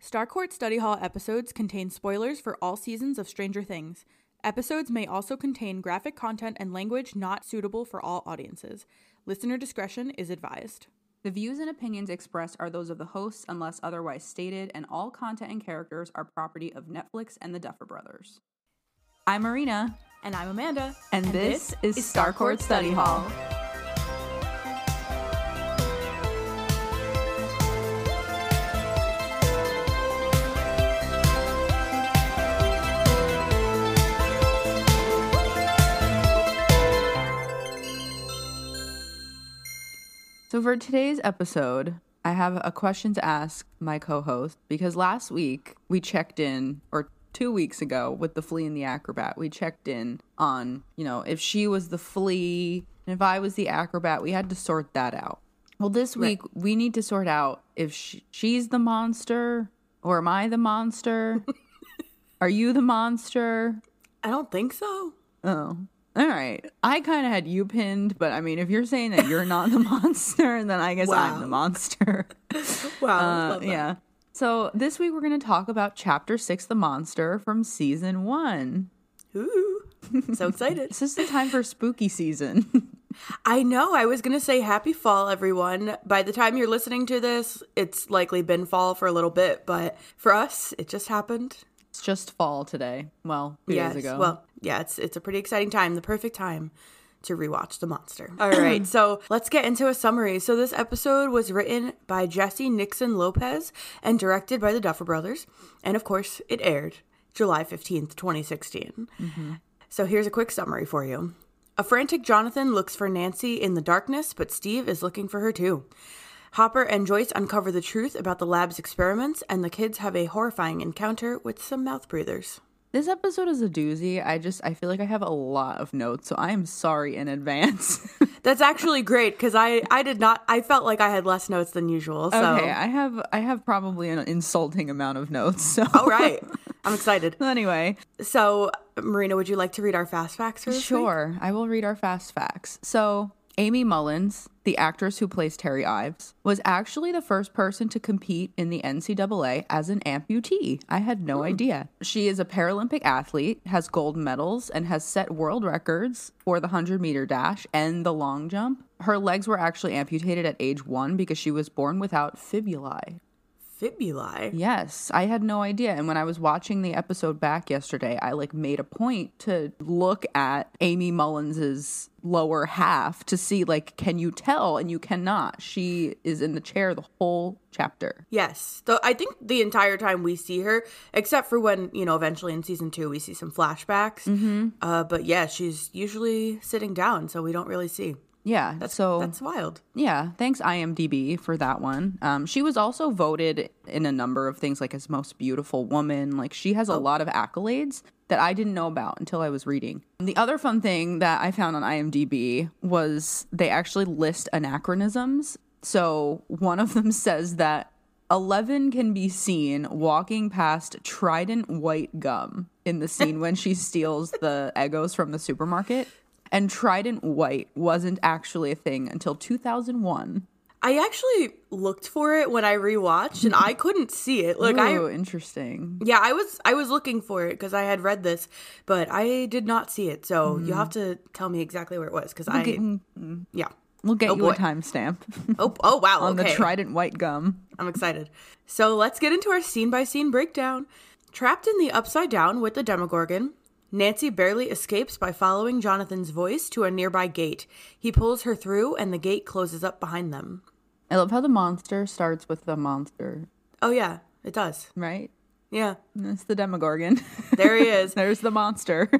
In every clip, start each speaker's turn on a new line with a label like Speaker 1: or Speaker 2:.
Speaker 1: Starcourt Study Hall episodes contain spoilers for all seasons of Stranger Things. Episodes may also contain graphic content and language not suitable for all audiences. Listener discretion is advised.
Speaker 2: The views and opinions expressed are those of the hosts unless otherwise stated, and all content and characters are property of Netflix and the Duffer Brothers. I'm Marina,
Speaker 1: And I'm Amanda.
Speaker 2: and, this, is Starcourt Study Hall. So, for today's episode, I have a question to ask my co host because last week we checked in, or two weeks ago with the flea and the acrobat, we checked in on, you know, if she was the flea and if I was the acrobat, we had to sort that out. Well, this week we need to sort out if sh she's the monster or am I the monster? Are you the monster?
Speaker 1: I don't think so.
Speaker 2: Oh. All right. I kind of had you pinned, but I mean, if you're saying that you're not the monster, then I guess I'm the
Speaker 1: Wow.
Speaker 2: monster.
Speaker 1: Wow.
Speaker 2: Uh, yeah. So this week we're going to talk about Chapter Six, The Monster from Season One.
Speaker 1: Ooh. So excited.
Speaker 2: This is the time for spooky season.
Speaker 1: I know. I was going to say happy fall, everyone. By the time you're listening to this, it's likely been fall for a little bit, but for us, it just happened.
Speaker 2: it's just fall today. Well, two
Speaker 1: yes.
Speaker 2: days ago.
Speaker 1: Well, yeah, it's it's a pretty exciting time, the perfect time to rewatch The Monster. All right, so let's get into a summary. So this episode was written by Jesse Nixon Lopez and directed by the Duffer Brothers, and of course, it aired July 15th, 2016. So here's a quick summary for you. A frantic Jonathan looks for Nancy in the darkness, but Steve is looking for her too. Hopper and Joyce uncover the truth about the lab's experiments, and the kids have a horrifying encounter with some mouth breathers.
Speaker 2: this episode is a doozy. I just I feel like I have a lot of notes, so I am sorry in advance.
Speaker 1: That's actually great because I I did not I felt like I had less notes than usual. So
Speaker 2: okay, I have I have probably an insulting amount of notes. So
Speaker 1: all right, I'm excited.
Speaker 2: anyway,
Speaker 1: So Marina, would you like to read our fast facts? For this week?
Speaker 2: Sure. I will read our fast facts. So, Amy Mullins, the actress who plays Terry Ives, was actually the first person to compete in the NCAA as an amputee. I had no idea. She is a Paralympic athlete, has gold medals, and has set world records for the 100 meter dash and the long jump. Her legs were actually amputated at age one because she was born without fibulae.
Speaker 1: Fibulae.
Speaker 2: Yes, I had no idea. And when I was watching the episode back yesterday, I like made a point to look at Amy Mullins's lower half to see like can you tell and you cannot. She is in the chair the whole chapter.
Speaker 1: Yes. So I think the entire time we see her, except for when you know eventually in season two we see some flashbacks. Mm-hmm. Uh, but yeah, she's usually sitting down, so we don't really see.
Speaker 2: Yeah. so
Speaker 1: That's wild.
Speaker 2: Yeah, thanks IMDb for that one. Um, she was also voted in a number of things, like as most beautiful woman. Like she has a lot of accolades that I didn't know about until I was reading. The other fun thing that I found on IMDb was they actually list anachronisms. So one of them says that Eleven can be seen walking past Trident White Gum in the scene when she steals the Eggos from the supermarket. And Trident White wasn't actually a thing until 2001.
Speaker 1: I actually looked for it when I rewatched, and I couldn't see it. Like I
Speaker 2: Ooh, interesting.
Speaker 1: Yeah, I was I was looking for it because I had read this, but I did not see it. So
Speaker 2: Mm.
Speaker 1: you have to tell me exactly where it was because I yeah.
Speaker 2: We'll get you
Speaker 1: boy.
Speaker 2: a timestamp
Speaker 1: Oh oh wow
Speaker 2: on
Speaker 1: okay.
Speaker 2: the Trident White Gum.
Speaker 1: I'm excited. So let's get into our scene by scene breakdown. Trapped in the upside down with the Demogorgon, Nancy barely escapes by following Jonathan's voice to a nearby gate. He pulls her through, and the gate closes up behind them.
Speaker 2: I love how the monster starts with the monster,
Speaker 1: Oh yeah, it does.
Speaker 2: right?
Speaker 1: Yeah,
Speaker 2: That's the Demogorgon.
Speaker 1: there he is.
Speaker 2: There's the monster.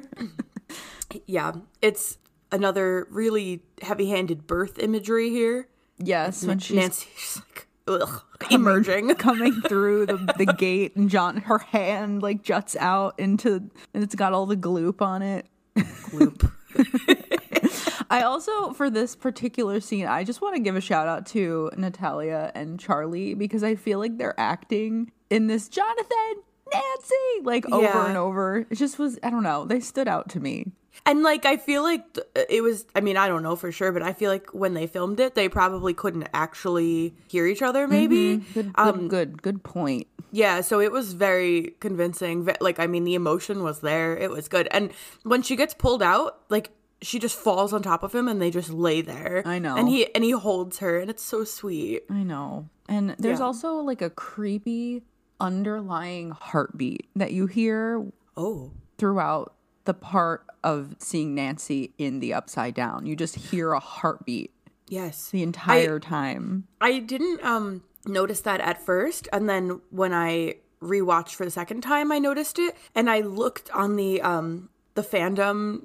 Speaker 1: Yeah, it's another really heavy-handed birth imagery here.
Speaker 2: yes, when she's
Speaker 1: Nancy, she's like, ugh, emerging.
Speaker 2: coming through the, the gate and John her hand like juts out into and it's got all the gloop on it.
Speaker 1: Gloop.
Speaker 2: I also for this particular scene, I just want to give a shout out to Natalia and Charlie because I feel like they're acting in this Jonathan Nancy like over
Speaker 1: Yeah.
Speaker 2: and over. It just was I don't know, they stood out to me.
Speaker 1: And like, I feel like th- it was, I mean, I don't know for sure, but I feel like when they filmed
Speaker 2: Mm-hmm.
Speaker 1: it, they probably couldn't actually hear each other, maybe.
Speaker 2: Good good, good, good point.
Speaker 1: Yeah, so it was very convincing. Ve- Like, I mean, the emotion was there. It was good. And when she gets pulled out, like she just falls on top of him, and they just lay there.
Speaker 2: I know.
Speaker 1: And he and he holds her, and it's so sweet.
Speaker 2: I know. And there's
Speaker 1: Yeah.
Speaker 2: also like a creepy underlying heartbeat that you hear
Speaker 1: Oh,
Speaker 2: throughout the part of seeing Nancy in the upside down. You just hear a heartbeat
Speaker 1: yes.
Speaker 2: the entire time.
Speaker 1: I didn't um notice that at first, and then when I rewatched for the second time, I noticed it, and I looked on the um the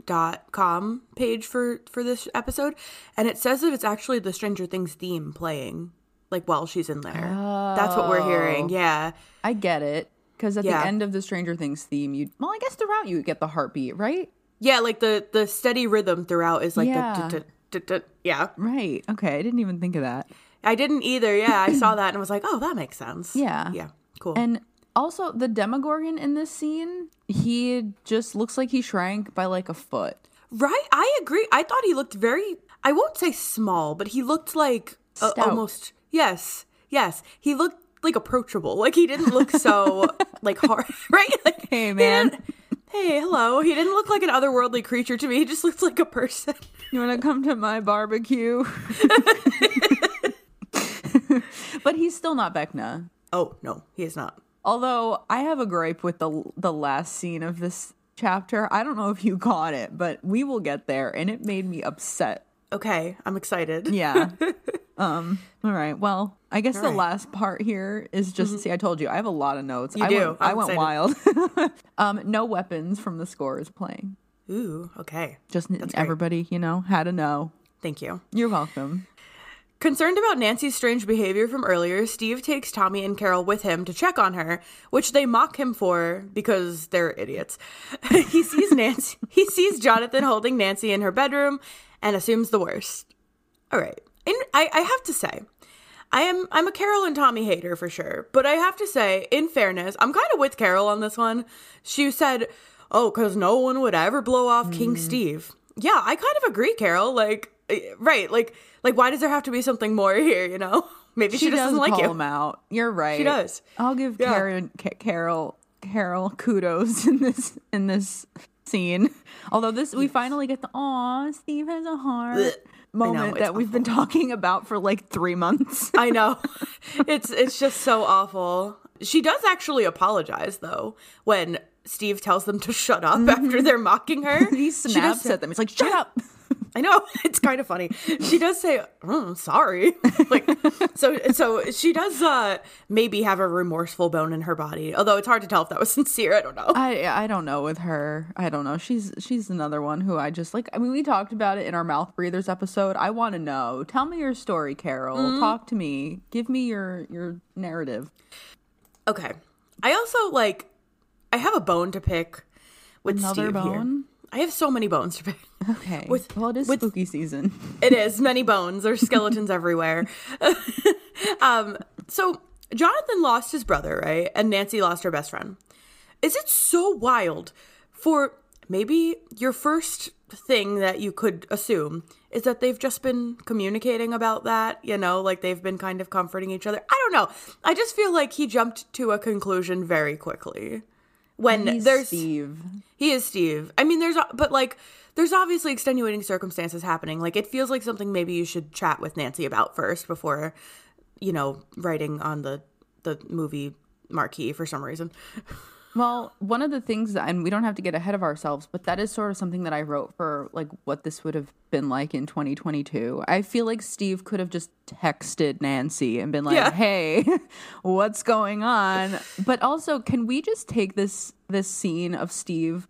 Speaker 1: fandom.com page for for this episode, and it says that it's actually the Stranger Things theme playing, like while she's in there. That's what
Speaker 2: Oh.
Speaker 1: we're hearing. Yeah,
Speaker 2: I get it. Because at
Speaker 1: Yeah.
Speaker 2: the end of the Stranger Things theme, you well, I guess throughout you get the heartbeat, right?
Speaker 1: yeah, like the the steady rhythm throughout is like
Speaker 2: Yeah.
Speaker 1: the. du-du-du-du-du- Yeah,
Speaker 2: Right. Okay. I didn't even think of that.
Speaker 1: I didn't either. Yeah, I saw that and was like, "Oh, that makes sense."
Speaker 2: Yeah.
Speaker 1: yeah, cool.
Speaker 2: And also, the Demogorgon in this scene, he just looks like he shrank by like a foot.
Speaker 1: Right, I agree. I thought he looked very I won't say small, but he looked like uh,
Speaker 2: Stout.
Speaker 1: almost yes. Yes. He looked like approachable. Like he didn't look so like hard, right? Like
Speaker 2: Hey,
Speaker 1: he
Speaker 2: man.
Speaker 1: didn't- Hey, hello. He didn't look like an otherworldly creature to me. He just looked like a person.
Speaker 2: You want to come to my barbecue? but he's still not Vecna.
Speaker 1: Oh, no, he is not.
Speaker 2: Although I have a gripe with the the last scene of this chapter. I don't know if you caught it, but we will get there and it made me upset.
Speaker 1: Okay, I'm excited.
Speaker 2: Yeah. um all right. Well, I guess the
Speaker 1: right. Mm-hmm.
Speaker 2: last part here is just see I told you I have a lot of notes. I
Speaker 1: do.
Speaker 2: went I
Speaker 1: I'm
Speaker 2: went wild. um no weapons from the score is playing.
Speaker 1: Ooh, okay.
Speaker 2: Just everybody, you know, how to know.
Speaker 1: Thank you.
Speaker 2: You're welcome.
Speaker 1: Concerned about Nancy's strange behavior from earlier, Steve takes Tommy and Carol with him to check on her, which they mock him for because they're idiots. he sees Nancy he sees Jonathan holding Nancy in her bedroom and assumes the worst. All right. And I, I have to say, I am I'm a Carol and Tommy hater for sure, but I have to say, in fairness, I'm kind of with Carol on this one. She said, "Oh, because no one would ever blow off King
Speaker 2: Mm.
Speaker 1: Steve." Yeah, I kind of agree, Carol. Like, eh, right? Like, like why does there have to be something more here? You know, maybe she,
Speaker 2: she,
Speaker 1: just
Speaker 2: does
Speaker 1: doesn't
Speaker 2: call
Speaker 1: like you.
Speaker 2: him out. You're right.
Speaker 1: She does.
Speaker 2: I'll give
Speaker 1: Yeah.
Speaker 2: Karen, Ca- Carol, Carol kudos in this in this scene. Although this, we finally get the "Aw, Steve has a
Speaker 1: Blech.
Speaker 2: heart"
Speaker 1: I know,
Speaker 2: moment
Speaker 1: it's
Speaker 2: that we've been talking about for like three months.
Speaker 1: I know. It's it's just so awful. She does actually apologize though when Steve tells them to shut up after they're mocking her.
Speaker 2: Mm-hmm. he
Speaker 1: She does
Speaker 2: snaps
Speaker 1: say-
Speaker 2: at them. He's like, "Shut up!"
Speaker 1: I know it's kind of funny. She does say, "Mm, "Sorry," like so. So she does uh, maybe have a remorseful bone in her body, although it's hard to tell if that was sincere. I don't know.
Speaker 2: I I don't know with her. I don't know. She's she's another one who I just like. I mean, we talked about it in our mouth breathers episode. I want to know. Tell me your story, Carol. Talk to me. Give me your your narrative.
Speaker 1: Okay. I also like. I have a bone to pick with
Speaker 2: Another
Speaker 1: Steve here.
Speaker 2: bone?
Speaker 1: I have so many bones to pick.
Speaker 2: Okay.
Speaker 1: With-
Speaker 2: well, it is
Speaker 1: with-
Speaker 2: spooky season.
Speaker 1: It is many bones. There's skeletons everywhere. um, so Jonathan lost his brother, right? And Nancy lost her best friend. Is it so wild for maybe your first thing that you could assume is that they've just been communicating about that, you know, like they've been kind of comforting each other? I don't know. I just feel like he jumped to a conclusion very quickly. When
Speaker 2: He's
Speaker 1: there's
Speaker 2: Steve.
Speaker 1: he is Steve. I mean, there's, but like, there's obviously extenuating circumstances happening. Like, it feels like something maybe you should chat with Nancy about first before, you know, writing on the the movie marquee for some reason.
Speaker 2: Well, one of the things, that- and we don't have to get ahead of ourselves, but that is sort of something that I wrote for like what this would have been like in 2022. I feel like Steve could have just texted Nancy and been like,
Speaker 1: Yeah.
Speaker 2: "Hey, what's going on?" But also, can we just take this this scene of Steve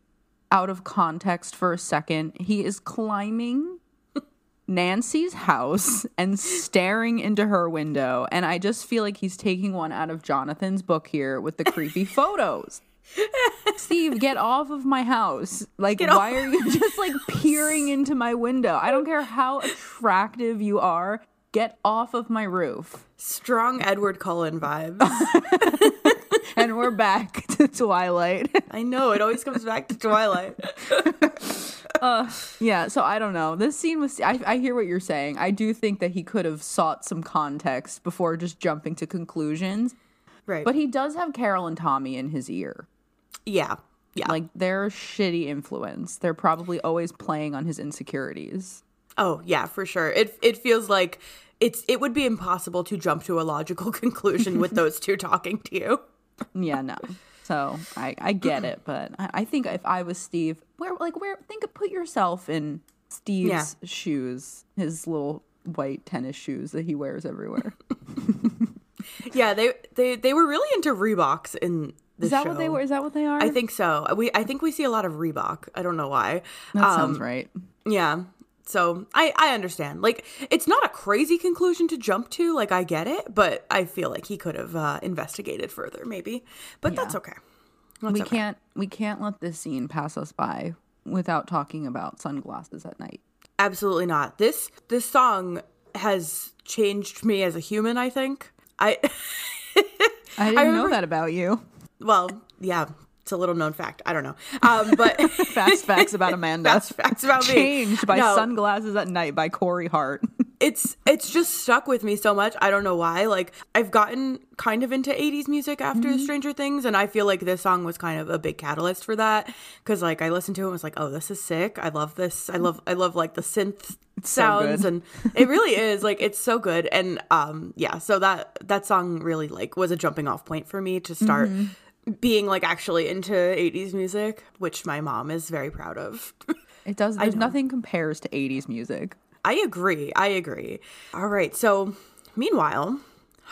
Speaker 2: out of context for a second? He is climbing Nancy's house and staring into her window, and I just feel like he's taking one out of Jonathan's book here with the creepy photos. Steve, get off of my house. Like, why are you just like peering into my window? I don't care how attractive you are. Get off of my roof.
Speaker 1: Strong Edward Cullen vibes.
Speaker 2: And we're back to Twilight.
Speaker 1: I know it always comes back to Twilight.
Speaker 2: yeah, so I don't know. This scene was, I, I hear what you're saying. I do think that he could have sought some context before just jumping to conclusions.
Speaker 1: Right.
Speaker 2: But he does have Carol and Tommy in his ear.
Speaker 1: Yeah. Yeah.
Speaker 2: Like they're shitty influence. They're probably always playing on his insecurities.
Speaker 1: oh, yeah, for sure. It it feels like it's it would be impossible to jump to a logical conclusion with those two talking to you.
Speaker 2: Yeah, no. So I, I get it, but I, I think if I was Steve, where like where think of put yourself in Steve's
Speaker 1: Yeah.
Speaker 2: shoes, his little white tennis shoes that he wears everywhere.
Speaker 1: Yeah, they they they were really into Reeboks in this
Speaker 2: Is that what they
Speaker 1: show.
Speaker 2: were? Is that what they are?
Speaker 1: I think so. We I think we see a lot of Reebok. I don't know why. Uh,
Speaker 2: that sounds right.
Speaker 1: Yeah. So I I understand. Like it's not a crazy conclusion to jump to. Like I get it, but I feel like he could have uh, investigated further, maybe. But that's okay. That's
Speaker 2: we
Speaker 1: okay.
Speaker 2: can't we can't let this scene pass us by without talking about sunglasses at night.
Speaker 1: Absolutely not. This this song has changed me as a human. I think I.
Speaker 2: I didn't know
Speaker 1: remember-
Speaker 2: that about you.
Speaker 1: Well, yeah, it's a little known fact. I don't know. Um, but
Speaker 2: Fast facts about Amanda.
Speaker 1: Fast facts about me.
Speaker 2: Changed by
Speaker 1: No.
Speaker 2: sunglasses at night by Corey Hart.
Speaker 1: it's it's just stuck with me so much. I don't know why. Like I've gotten kind of into 80s music after
Speaker 2: Mm-hmm.
Speaker 1: Stranger Things and I feel like this song was kind of a big catalyst for that cuz like I listened to it and was like, "Oh, this is sick. I love this. I love I love like the synth
Speaker 2: so
Speaker 1: sounds
Speaker 2: good.
Speaker 1: and it really is like it's so good and um yeah, so that that song really like was a jumping off point for me to start
Speaker 2: Mm-hmm.
Speaker 1: being like actually into 80s music, which my mom is very proud of.
Speaker 2: It does. There's nothing compares to 80s music.
Speaker 1: I agree. I agree. All right. So, meanwhile,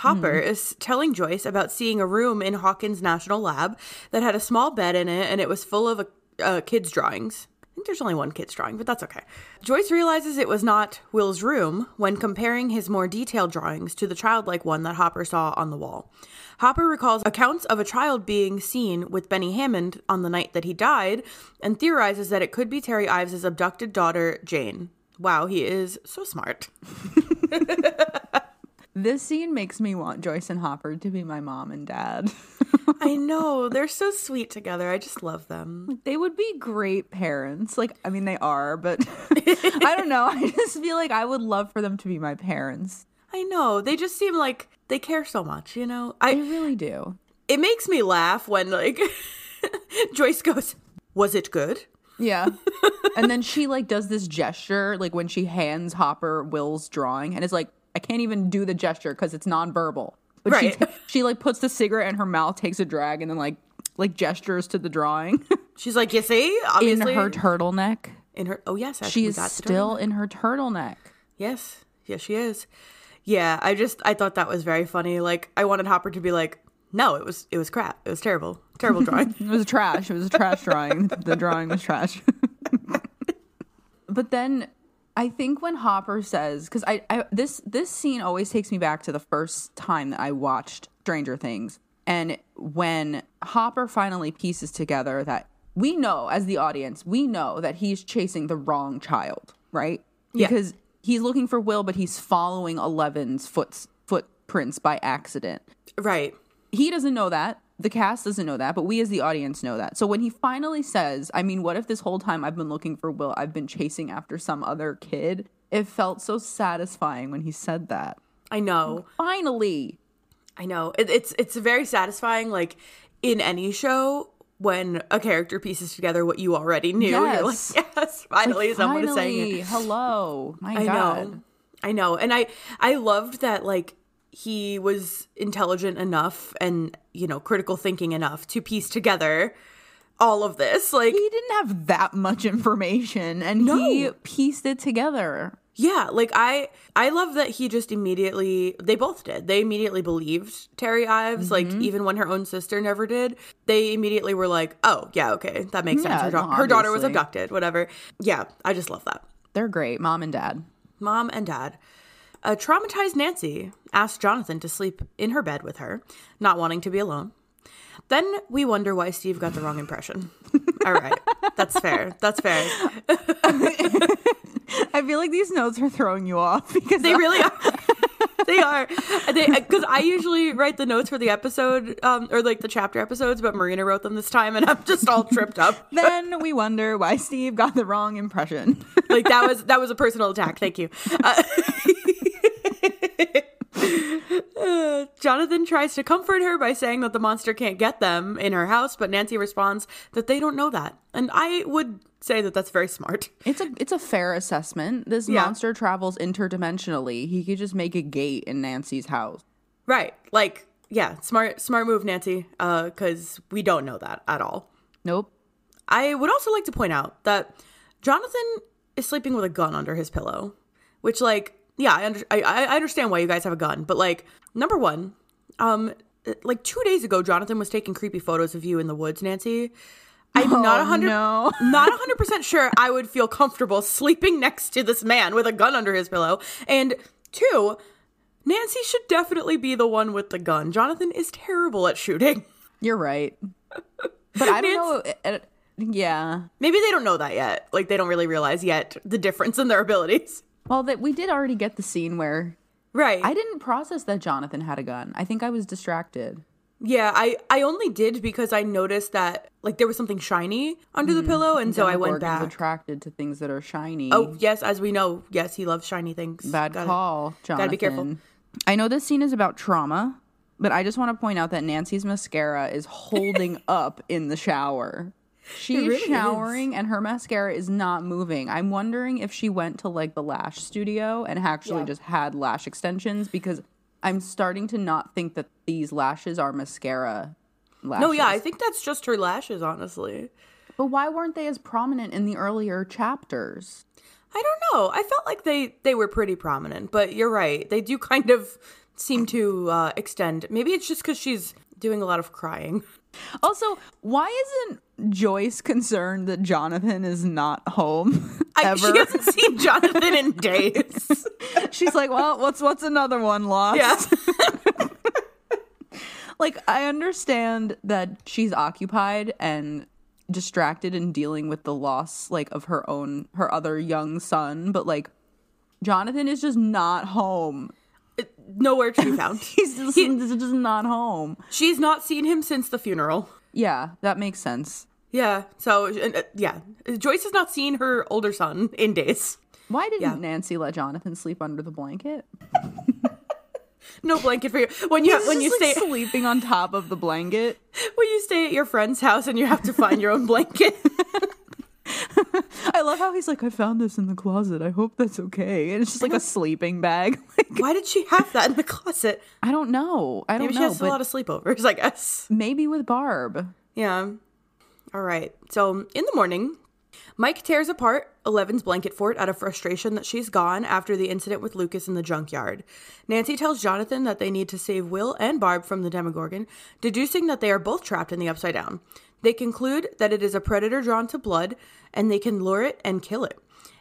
Speaker 1: Hopper is telling Joyce about seeing a room in Hawkins National Lab that had a small bed in it and it was full of a, uh, kids' drawings. I think there's only one kid's drawing, but that's okay. Joyce realizes it was not Will's room when comparing his more detailed drawings to the childlike one that Hopper saw on the wall. Hopper recalls accounts of a child being seen with Benny Hammond on the night that he died and theorizes that it could be Terry Ives' abducted daughter, Jane. Wow, he is so smart.
Speaker 2: This scene makes me want Joyce and Hopper to be my mom and dad.
Speaker 1: I know. They're so sweet together. I just love them.
Speaker 2: they would be great parents. Like, I mean, they are, but I don't know. I just feel like I would love for them to be my parents.
Speaker 1: I know. They just seem like they care so much, you know?
Speaker 2: They
Speaker 1: I
Speaker 2: really do.
Speaker 1: it makes me laugh when like Joyce goes, "Was it good?"
Speaker 2: Yeah. and then she like does this gesture, like when she hands Hopper Will's drawing, and it's like, I can't even do the gesture because it's nonverbal. But she,
Speaker 1: Right.
Speaker 2: ta- she like puts the cigarette in her mouth, takes a drag, and then like like gestures to the drawing
Speaker 1: She's like, "You see?"
Speaker 2: in
Speaker 1: Obviously
Speaker 2: her turtleneck.
Speaker 1: in her Oh yes, I-
Speaker 2: She
Speaker 1: we
Speaker 2: is
Speaker 1: got the
Speaker 2: still in her turtleneck.
Speaker 1: Yes. Yes, she is. Yeah, I just I thought that was very funny. Like I wanted Hopper to be like, "No, it was it was crap. It was terrible. Terrible drawing."
Speaker 2: It was trash. It was a trash drawing. the drawing was trash. but then I think when Hopper says, because I, I this this scene always takes me back to the first time that I watched Stranger Things, and when Hopper finally pieces together that we know as the audience, we know that he's chasing the wrong child, right?
Speaker 1: Yeah.
Speaker 2: Because he's looking for Will, but he's following Eleven's foot footprints by accident
Speaker 1: right.
Speaker 2: he doesn't know that the cast doesn't know that but we as the audience know that so when he finally says i mean what if this whole time i've been looking for will i've been chasing after some other kid it felt so satisfying when he said that
Speaker 1: I know.
Speaker 2: finally
Speaker 1: I know it, it's it's very satisfying. Like in any show, when a character pieces together what you already knew,
Speaker 2: Yes.
Speaker 1: you're like, yes, finally, someone is saying
Speaker 2: finally
Speaker 1: it.
Speaker 2: hello my
Speaker 1: I
Speaker 2: god
Speaker 1: know, I know, and I I loved that like he was intelligent enough and you know critical thinking enough to piece together all of this. Like
Speaker 2: he didn't have that much information and he
Speaker 1: No.
Speaker 2: pieced it together
Speaker 1: Yeah, like I I love that he just immediately they both did. They immediately believed Terry Ives,
Speaker 2: Mm-hmm.
Speaker 1: like even when her own sister never did. They immediately were like, "Oh, yeah, okay. That makes sense.
Speaker 2: Yeah,
Speaker 1: Her, da-
Speaker 2: no,
Speaker 1: her daughter was
Speaker 2: obviously.
Speaker 1: abducted, whatever." Yeah, I just love that.
Speaker 2: they're great mom and dad
Speaker 1: Mom and dad. A traumatized Nancy asked Jonathan to sleep in her bed with her, not wanting to be alone. Then we wonder why Steve got the wrong impression. All right. That's fair. That's fair.
Speaker 2: i feel like these notes are throwing you off because
Speaker 1: They really are. they are. Because I usually write the notes for the episode um, or like the chapter episodes, but Marina wrote them this time and I'm just all tripped up.
Speaker 2: then we wonder why steve got the wrong impression
Speaker 1: Like that was that was a personal attack. Thank you. Uh, Uh, Jonathan tries to comfort her by saying that the monster can't get them in her house, but Nancy responds that they don't know that. And I would say that that's very smart.
Speaker 2: It's a it's a fair assessment. This
Speaker 1: Yeah.
Speaker 2: monster travels interdimensionally. He could just make a gate in Nancy's house.
Speaker 1: Right. Like, yeah, smart smart move, Nancy, uh cuz we don't know that at all.
Speaker 2: Nope.
Speaker 1: I would also like to point out that Jonathan is sleeping with a gun under his pillow, which like yeah, I, under- I I I understand why you guys have a gun, but like number 1, um like 2 days ago Jonathan was taking creepy photos of you in the woods, Nancy. I'm not a 100
Speaker 2: no.
Speaker 1: not 100% sure I would feel comfortable sleeping next to this man with a gun under his pillow. And two, Nancy should definitely be the one with the gun. Jonathan is terrible at shooting.
Speaker 2: You're right. But I don't know. uh, Yeah.
Speaker 1: Maybe they don't know that yet. Like they don't really realize yet the difference in their abilities.
Speaker 2: Well, that we did already get the scene where
Speaker 1: Right.
Speaker 2: I didn't process that Jonathan had a gun. I think I was distracted.
Speaker 1: yeah, I I only did because I noticed that like there was something shiny under the pillow and so Oh, I went
Speaker 2: Gorgon's
Speaker 1: back.
Speaker 2: attracted to things that are shiny.
Speaker 1: oh, yes, as we know, yes, he loves shiny things.
Speaker 2: Bad
Speaker 1: Got it.
Speaker 2: call, Jonathan.
Speaker 1: Gotta be careful.
Speaker 2: I know this scene is about trauma, but I just want to point out that Nancy's mascara is holding up in the shower. She's
Speaker 1: really is.
Speaker 2: showering and her mascara is not moving. I'm wondering if she went to like the lash studio and actually
Speaker 1: Yeah.
Speaker 2: just had lash extensions because I'm starting to not think that these lashes are mascara lashes.
Speaker 1: No, yeah, I think that's just her lashes, honestly.
Speaker 2: But why weren't they as prominent in the earlier chapters?
Speaker 1: I don't know. I felt like they they were pretty prominent, but you're right. They do kind of seem to uh, extend. Maybe it's just because she's doing a lot of crying.
Speaker 2: Also, why isn't Joyce concerned that Jonathan is not home
Speaker 1: I,
Speaker 2: ever?
Speaker 1: she hasn't seen Jonathan in days.
Speaker 2: She's like, well, what's what's another one lost?
Speaker 1: Yeah.
Speaker 2: Like, I understand that she's occupied and distracted and dealing with the loss, like, of her own her other young son, but like, Jonathan is just not home.
Speaker 1: Nowhere to be found.
Speaker 2: He's just, he's just not home.
Speaker 1: She's not seen him since the funeral.
Speaker 2: Yeah, that makes sense.
Speaker 1: Yeah. So and, uh, yeah, Joyce has not seen her older son in days.
Speaker 2: Why didn't Nancy let Jonathan sleep under the blanket?
Speaker 1: No blanket for you when you when you
Speaker 2: Just, like,
Speaker 1: stay
Speaker 2: sleeping on top of the blanket.
Speaker 1: when you stay at your friend's house and you have to find your own blanket.
Speaker 2: I love how he's like, I found this in the closet. I hope that's okay. And it's just like a sleeping bag. Like,
Speaker 1: Why did she have that in the closet?
Speaker 2: I don't know. I don't
Speaker 1: Maybe she
Speaker 2: know.
Speaker 1: has a
Speaker 2: But
Speaker 1: lot of sleepovers, I guess.
Speaker 2: maybe with Barb.
Speaker 1: Yeah. All right. So in the morning, Mike tears apart Eleven's blanket fort out of frustration that she's gone after the incident with Lucas in the junkyard. Nancy tells Jonathan that they need to save Will and Barb from the Demogorgon, deducing that they are both trapped in the Upside Down. They conclude that it is a predator drawn to blood, and they can lure it and kill it.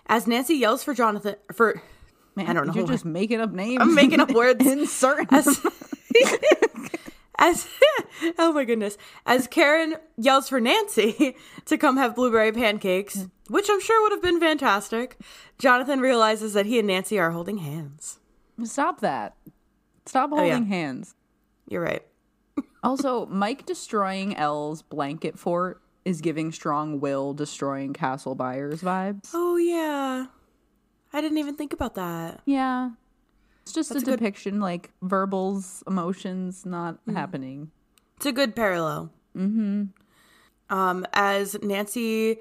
Speaker 1: As Nancy yells for Jonathan, for
Speaker 2: Man,
Speaker 1: I don't know.
Speaker 2: You're
Speaker 1: why.
Speaker 2: just making up names.
Speaker 1: I'm making up words.
Speaker 2: Insert.
Speaker 1: As, as oh my goodness, as Karen yells for Nancy to come have blueberry pancakes, which I'm sure would have been fantastic, Jonathan realizes that he and Nancy are holding hands.
Speaker 2: Stop that. Stop holding
Speaker 1: yeah.
Speaker 2: hands.
Speaker 1: You're right.
Speaker 2: Also, Mike destroying Elle's blanket fort is giving strong will destroying castle buyers vibes.
Speaker 1: Oh yeah, I didn't even think about that.
Speaker 2: Yeah. It's just a,
Speaker 1: a good-
Speaker 2: depiction, like verbals, emotions not happening.
Speaker 1: It's a good parallel. Mm-hmm. Um, as Nancy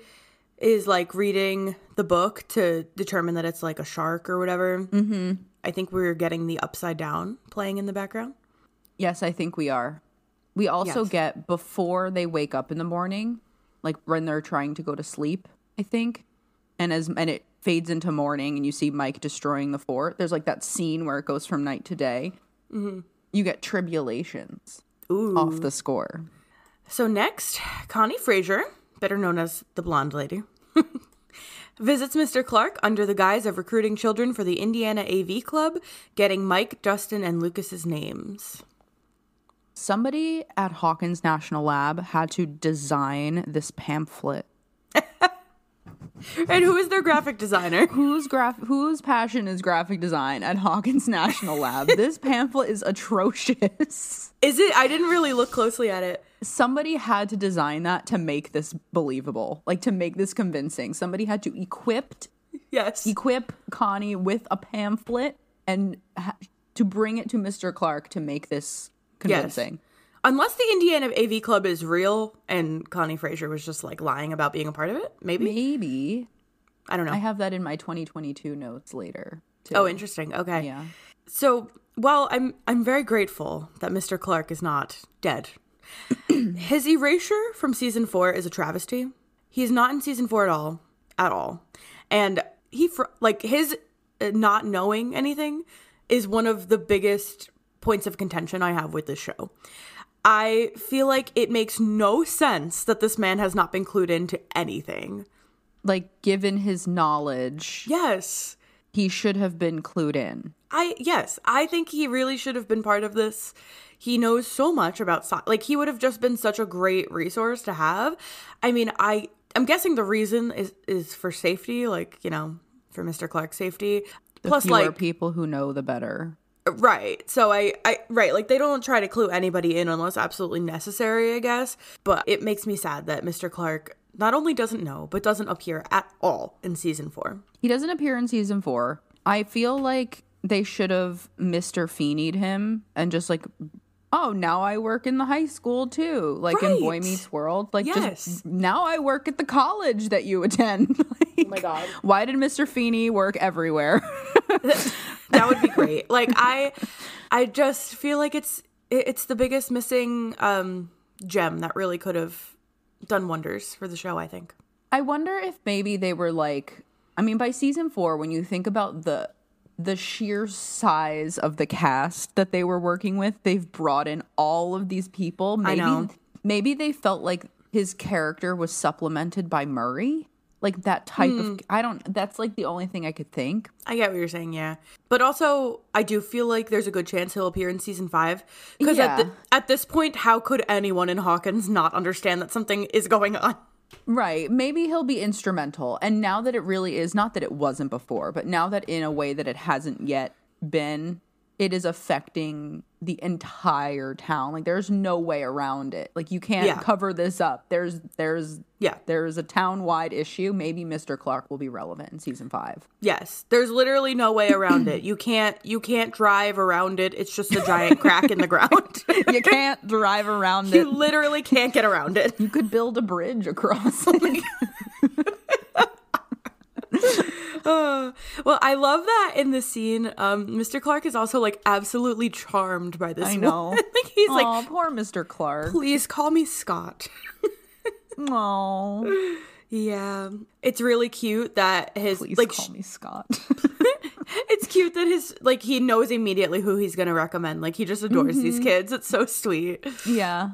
Speaker 1: is like reading the book to determine that it's like a shark or whatever. Mm-hmm. I think we're getting the upside down playing in the background.
Speaker 2: Yes, I think we are. We also
Speaker 1: Yes.
Speaker 2: get before they wake up in the morning, like when they're trying to go to sleep, I think. And as and it fades into morning and you see Mike destroying the fort, there's like that scene where it goes from night to day. You get tribulations off the score.
Speaker 1: So next, Connie Fraser, better known as the blonde lady, visits Mr. Clark under the guise of recruiting children for the Indiana AV Club, getting Mike, Dustin, and Lucas's names.
Speaker 2: Somebody at Hawkins National Lab had to design this pamphlet.
Speaker 1: And who is their graphic designer?
Speaker 2: Whose graph whose passion is graphic design at Hawkins National Lab? this pamphlet is atrocious.
Speaker 1: Is it? I didn't really look closely at it.
Speaker 2: somebody had to design that to make this believable like to make this convincing somebody had to equip
Speaker 1: Yes.
Speaker 2: equip connie with a pamphlet and ha- to bring it to Mr. Clark to make this
Speaker 1: Yes.
Speaker 2: convincing.
Speaker 1: Unless the Indiana AV Club is real and Connie Fraser was just like lying about being a part of it, maybe.
Speaker 2: Maybe
Speaker 1: I don't know.
Speaker 2: I have that in my 2022 notes later. Too.
Speaker 1: oh, interesting. Okay.
Speaker 2: yeah.
Speaker 1: So, while I'm I'm very grateful that Mr. Clark is not dead. His erasure from season 4 is a travesty. He's not in season 4 at all, at all. And he fr- like his uh, not knowing anything is one of the biggest points of contention I have with this show. I feel like it makes no sense that this man has not been clued into anything.
Speaker 2: Like, given his knowledge,
Speaker 1: Yes.
Speaker 2: he should have been clued in.
Speaker 1: I yes, I think he really should have been part of this. He knows so much about sci- like he would have just been such a great resource to have. I mean, I I'm guessing the reason is is for safety, like you know, for Mr. Clark's safety.
Speaker 2: The
Speaker 1: Plus,
Speaker 2: fewer
Speaker 1: like
Speaker 2: people who know, the better.
Speaker 1: right, so I I right like they don't try to clue anybody in unless absolutely necessary, I guess. But it makes me sad that Mr. Clark not only doesn't know but doesn't appear at all in season four.
Speaker 2: He doesn't appear in season four. I feel like they should have Mr. Feeneyed him and just like, oh, now I work in the high school too, like in Boy
Speaker 1: Right.
Speaker 2: Meets World. Like,
Speaker 1: Yes.
Speaker 2: just now I work at the college that you attend. oh my
Speaker 1: God.
Speaker 2: Why did Mr. Feeney work everywhere?
Speaker 1: that would be great like i i just feel like it's it- it's the biggest missing um gem that really could have done wonders for the show i think
Speaker 2: I wonder if maybe they were like, I mean, by season four, when you think about the the sheer size of the cast that they were working with, they've brought in all of these people. Maybe,
Speaker 1: know.
Speaker 2: Maybe they felt like his character was supplemented by Murray, like that type of. I don't. That's like the only thing I could think.
Speaker 1: i get what you're saying yeah but also i do feel like there's a good chance he'll appear in season five because at,
Speaker 2: Yeah.
Speaker 1: th- at this point how could anyone in hawkins not understand that something is going on
Speaker 2: Right. Maybe he'll be instrumental. And now that it really is, not that it wasn't before, but now that in a way that it hasn't yet been, it is affecting the entire town. Like there's no way around it. Like you can't
Speaker 1: Yeah.
Speaker 2: cover this up. There's there's
Speaker 1: Yeah.
Speaker 2: There's a town wide issue. Maybe Mr. Clark will be relevant in season five.
Speaker 1: yes there's literally no way around it you can't you can't drive around it it's just a giant crack in the ground
Speaker 2: You can't drive around it.
Speaker 1: you literally can't get around it
Speaker 2: You could build a bridge across it.
Speaker 1: Well, I love that in the scene. Um, Mr. Clark is also like absolutely charmed by this.
Speaker 2: I
Speaker 1: woman.
Speaker 2: know.
Speaker 1: like he's like,
Speaker 2: oh, poor Mr. Clark.
Speaker 1: please call me Scott.
Speaker 2: Oh,
Speaker 1: Yeah, it's really cute that his
Speaker 2: please
Speaker 1: like
Speaker 2: call
Speaker 1: sh-
Speaker 2: me Scott.
Speaker 1: it's cute that his like he knows immediately who he's gonna recommend. Like he just adores
Speaker 2: Mm-hmm.
Speaker 1: these kids. It's so sweet.
Speaker 2: Yeah.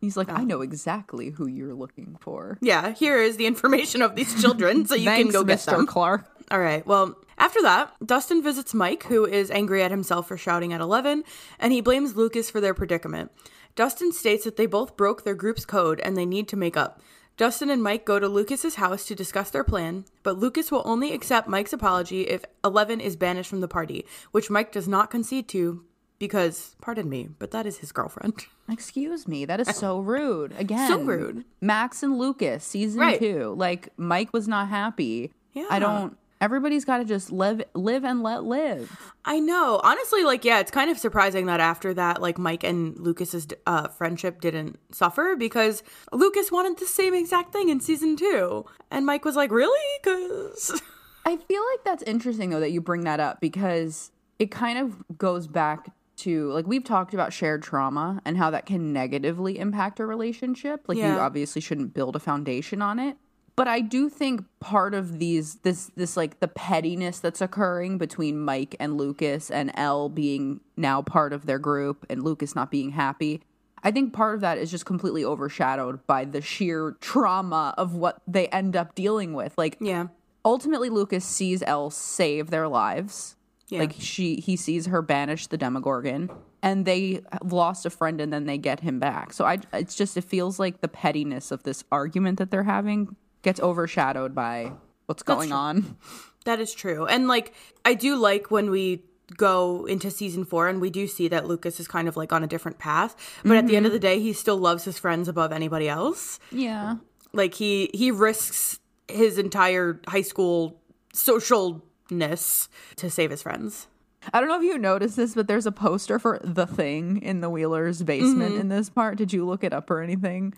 Speaker 2: He's like,
Speaker 1: Oh.
Speaker 2: I know exactly who you're looking for.
Speaker 1: Yeah, here is the information of these children, so you can
Speaker 2: Thanks,
Speaker 1: go get
Speaker 2: Mr.
Speaker 1: them.
Speaker 2: Clark.
Speaker 1: All right. Well, after that, Dustin visits Mike, who is angry at himself for shouting at Eleven, and he blames Lucas for their predicament. Dustin states that they both broke their group's code and they need to make up. Dustin and Mike go to Lucas's house to discuss their plan, but Lucas will only accept Mike's apology if Eleven is banished from the party, which Mike does not concede to because, pardon me, but that is his girlfriend.
Speaker 2: Excuse me, that is so rude. Again,
Speaker 1: rude.
Speaker 2: Max and Lucas, season
Speaker 1: Right.
Speaker 2: two. Like Mike was not happy.
Speaker 1: Yeah.
Speaker 2: I don't. Everybody's got to just live, live and let live.
Speaker 1: I know. Honestly, like, yeah, it's kind of surprising that after that, like, Mike and Lucas's uh, friendship didn't suffer because Lucas wanted the same exact thing in season two. And Mike was like, really? Because.
Speaker 2: I feel like that's interesting though that you bring that up because it kind of goes back to like we've talked about shared trauma and how that can negatively impact a relationship. Like you
Speaker 1: Yeah.
Speaker 2: obviously shouldn't build a foundation on it. But I do think part of these this this like the pettiness that's occurring between Mike and Lucas and Elle being now part of their group and Lucas not being happy. I think part of that is just completely overshadowed by the sheer trauma of what they end up dealing with. Like
Speaker 1: Yeah.
Speaker 2: ultimately lucas sees elle save their lives
Speaker 1: Yeah.
Speaker 2: like she he sees her banish the demogorgon and they have lost a friend and then they get him back so i it's just it feels like the pettiness of this argument that they're having gets overshadowed by what's going on
Speaker 1: That is true. And like I do like when we go into season 4 and we do see that Lucas is kind of like on a different path, but at the end of the day he still loves his friends above anybody else.
Speaker 2: yeah
Speaker 1: Like he he risks his entire high school socialness to save his friends.
Speaker 2: I don't know if you noticed this, but there's a poster for The Thing in the Wheeler's basement in this part. Did you look it up or anything?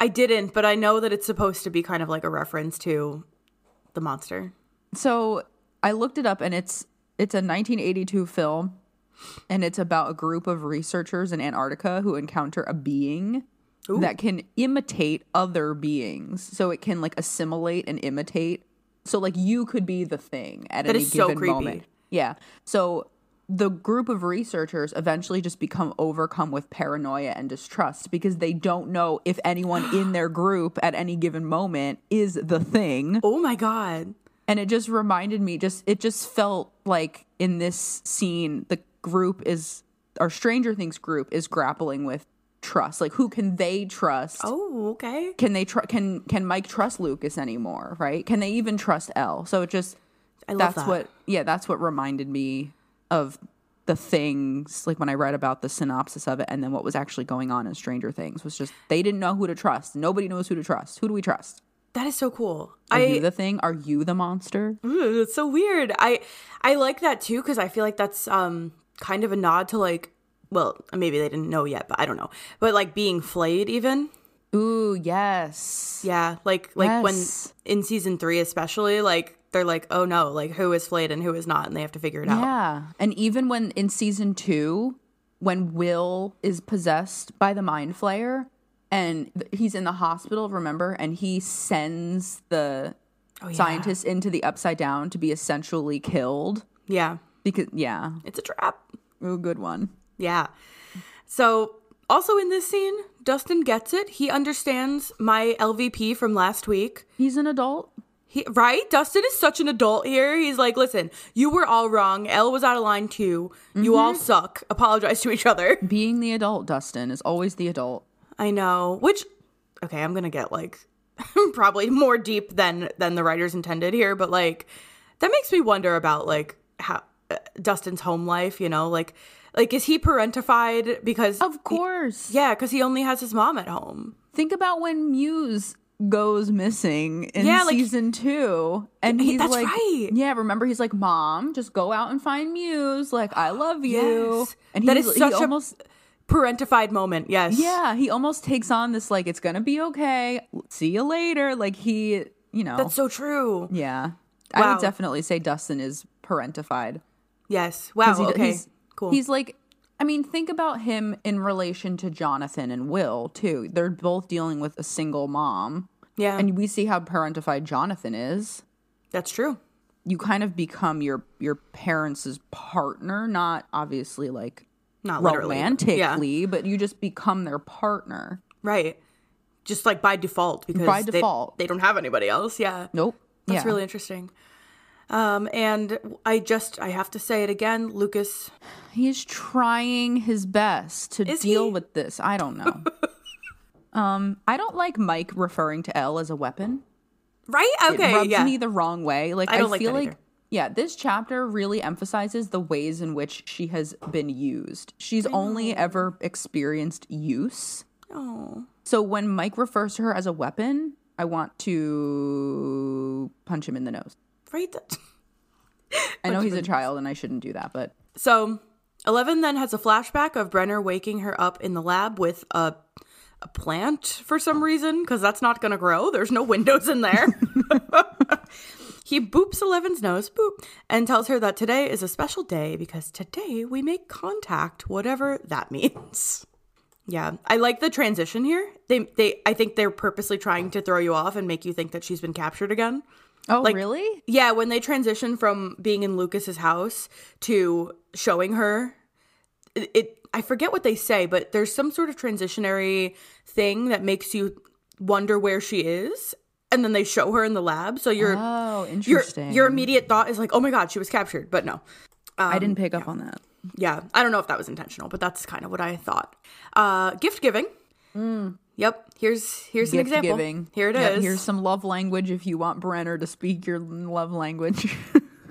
Speaker 1: I didn't, but I know that it's supposed to be kind of like a reference to the monster.
Speaker 2: So I looked it up, and it's it's a 1982 film, and it's about a group of researchers in Antarctica who encounter a being that can imitate other beings. So it can like assimilate and imitate. So like you could be the thing at
Speaker 1: That
Speaker 2: any
Speaker 1: is so
Speaker 2: given
Speaker 1: creepy.
Speaker 2: moment. Yeah. So the group of researchers eventually just become overcome with paranoia and distrust because they don't know if anyone in their group at any given moment is the thing
Speaker 1: Oh my god.
Speaker 2: and it just reminded me just it just felt like in this scene the group is our stranger things group is grappling with trust like who can they trust
Speaker 1: Oh, okay.
Speaker 2: can they tr- can can mike trust lucas anymore right can they even trust l so it just
Speaker 1: I love
Speaker 2: that's
Speaker 1: that.
Speaker 2: what yeah that's what reminded me of the things like when i read about the synopsis of it and then what was actually going on in stranger things was just they didn't know who to trust nobody knows who to trust who do we trust
Speaker 1: that is so cool.
Speaker 2: are
Speaker 1: I
Speaker 2: you the thing are you the monster
Speaker 1: Ooh, it's so weird. I I like that too because I feel like that's um kind of a nod to like well maybe they didn't know yet but I don't know but like being flayed even
Speaker 2: Ooh, yes.
Speaker 1: yeah like like
Speaker 2: Yes.
Speaker 1: when in season three especially like they're like oh no like who is flayed and who is not and they have to figure it out
Speaker 2: Yeah. And even when in season two, when Will is possessed by the mind flayer and th- he's in the hospital, remember? And he sends the scientists into the upside down to be essentially killed.
Speaker 1: yeah
Speaker 2: Because, yeah.
Speaker 1: it's a trap
Speaker 2: Ooh, good one.
Speaker 1: yeah so also in this scene Dustin gets it he understands my LVP from last week
Speaker 2: He's an adult.
Speaker 1: He, right? Dustin is such an adult here. He's like, listen, you were all wrong. Elle was out of line too. You all suck. Apologize to each other.
Speaker 2: Being the adult, Dustin, is always the adult.
Speaker 1: I know. Which, okay, I'm gonna get like probably more deep than than the writers intended here, but like that makes me wonder about like how uh, Dustin's home life. You know, like like is he parentified because
Speaker 2: Of course.
Speaker 1: yeah, because he only has his mom at home.
Speaker 2: Think about when Muse goes missing in
Speaker 1: Yeah, like-
Speaker 2: season two, and
Speaker 1: He-
Speaker 2: he's
Speaker 1: that's
Speaker 2: like,
Speaker 1: right.
Speaker 2: "Yeah, remember?" He's like, "Mom, just go out and find Muse. Like, I love you."
Speaker 1: Yes.
Speaker 2: And
Speaker 1: That
Speaker 2: he's-
Speaker 1: is
Speaker 2: he
Speaker 1: such a-
Speaker 2: almost,
Speaker 1: Parentified moment. Yes.
Speaker 2: yeah, he almost takes on this like, "It's gonna be okay. See you later." Like he, you know,
Speaker 1: That's so true.
Speaker 2: yeah. I
Speaker 1: Wow.
Speaker 2: would definitely say Dustin is parentified.
Speaker 1: Yes. Wow.
Speaker 2: 'Cause he-
Speaker 1: Oh, okay.
Speaker 2: he's-
Speaker 1: cool.
Speaker 2: He's like, I mean, think about him in relation to Jonathan and Will too. They're both dealing with a single mom.
Speaker 1: yeah.
Speaker 2: and we see how parentified Jonathan is.
Speaker 1: that's true.
Speaker 2: You kind of become your your parents' partner, not obviously like
Speaker 1: Not literally. Yeah.
Speaker 2: romantically, but you just become their partner.
Speaker 1: Right. Just like by default because
Speaker 2: By
Speaker 1: they-
Speaker 2: default.
Speaker 1: they, don't have anybody else. Yeah.
Speaker 2: Nope.
Speaker 1: That's
Speaker 2: yeah.
Speaker 1: really interesting. Um, and I just I have to say it again, Lucas.
Speaker 2: He's trying his best to
Speaker 1: Is
Speaker 2: deal
Speaker 1: he?
Speaker 2: with this. I don't know. um, I don't like Mike referring to Elle as a weapon.
Speaker 1: Right? Okay.
Speaker 2: rubs
Speaker 1: yeah.
Speaker 2: me the wrong way. Like
Speaker 1: I
Speaker 2: I,
Speaker 1: don't like
Speaker 2: feel
Speaker 1: that
Speaker 2: like
Speaker 1: either.
Speaker 2: yeah, this chapter really emphasizes the ways in which she has been used. She's only ever experienced use.
Speaker 1: oh.
Speaker 2: So when Mike refers to her as a weapon, I want to punch him in the nose.
Speaker 1: Right. That-
Speaker 2: I know he's a child and I shouldn't do that, but
Speaker 1: So Eleven then has a flashback of Brenner waking her up in the lab with a a plant for some reason because that's not going to grow. There's no windows in there. he boops Eleven's nose, boop, and tells her that today is a special day because today we make contact, whatever that means. Yeah, I like the transition here. They they I think they're purposely trying to throw you off and make you think that she's been captured again.
Speaker 2: oh really?
Speaker 1: Yeah, when they transition from being in Lucas's house to showing her, it, it I forget what they say, but there's some sort of transitionary thing that makes you wonder where she is, and then they show her in the lab. So your
Speaker 2: Oh,
Speaker 1: your
Speaker 2: interesting.
Speaker 1: your immediate thought is like, oh my god, she was captured, but no.
Speaker 2: I didn't pick up on that.
Speaker 1: um, Yeah, I don't know if that was intentional, but that's kind of what I thought. Uh, gift giving. Yep. Here's here's an
Speaker 2: Mm. Gift
Speaker 1: example.
Speaker 2: giving.
Speaker 1: Here it is.
Speaker 2: Yep, here's some love language if you want Brenner to speak your love language.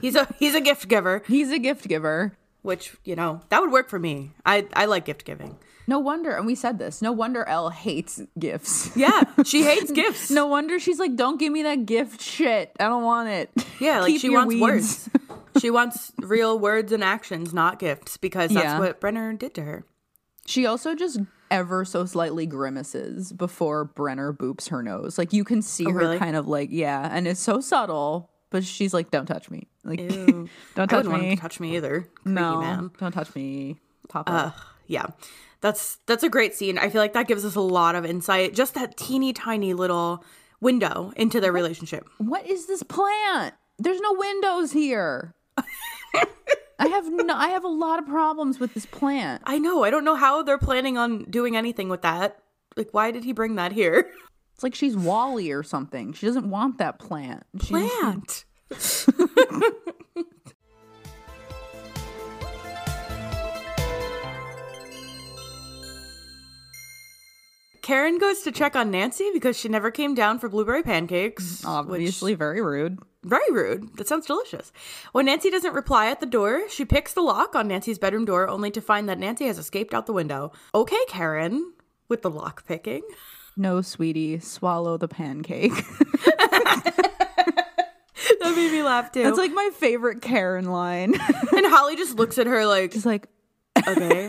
Speaker 1: he's a he's a gift giver.
Speaker 2: he's a gift giver.
Speaker 1: which you know that would work for me i i like gift giving
Speaker 2: No wonder, and we said this. No wonder Elle hates gifts.
Speaker 1: yeah she hates gifts
Speaker 2: No wonder she's like, don't give me that gift shit. I don't want it.
Speaker 1: yeah like
Speaker 2: Keep
Speaker 1: she
Speaker 2: your
Speaker 1: wants
Speaker 2: weeds."
Speaker 1: words she wants real words and actions, not gifts, because that's
Speaker 2: Yeah.
Speaker 1: what Brenner did to her.
Speaker 2: She also just ever so slightly grimaces before Brenner boops her nose. Like you can see her
Speaker 1: Oh, really?
Speaker 2: kind of like, yeah, and it's so subtle, but she's like, don't touch me. Like,
Speaker 1: Ew.
Speaker 2: don't
Speaker 1: I
Speaker 2: touch
Speaker 1: wouldn't want him
Speaker 2: me.
Speaker 1: to Uh. touch me either. Creepy
Speaker 2: no,
Speaker 1: man.
Speaker 2: don't touch me. Papa.
Speaker 1: Yeah. That's that's a great scene. I feel like that gives us a lot of insight. Just that teeny tiny little window into their relationship.
Speaker 2: what is this plant? There's no windows here. I have no, I have a lot of problems with this plant.
Speaker 1: I know. I don't know how they're planning on doing anything with that. Like why did he bring that here?
Speaker 2: It's like she's Wally or something. She doesn't want that plant. She-
Speaker 1: Plant. Karen goes to check on Nancy because she never came down for blueberry pancakes.
Speaker 2: Mm,
Speaker 1: which-
Speaker 2: obviously very rude.
Speaker 1: Very rude. That sounds delicious. When Nancy doesn't reply at the door, she picks the lock on Nancy's bedroom door only to find that Nancy has escaped out the window. Okay, Karen, with the lock picking.
Speaker 2: No, sweetie, swallow the pancake.
Speaker 1: That made me laugh too.
Speaker 2: That's like my favorite Karen line.
Speaker 1: and Holly just looks at her like,
Speaker 2: She's like,
Speaker 1: okay,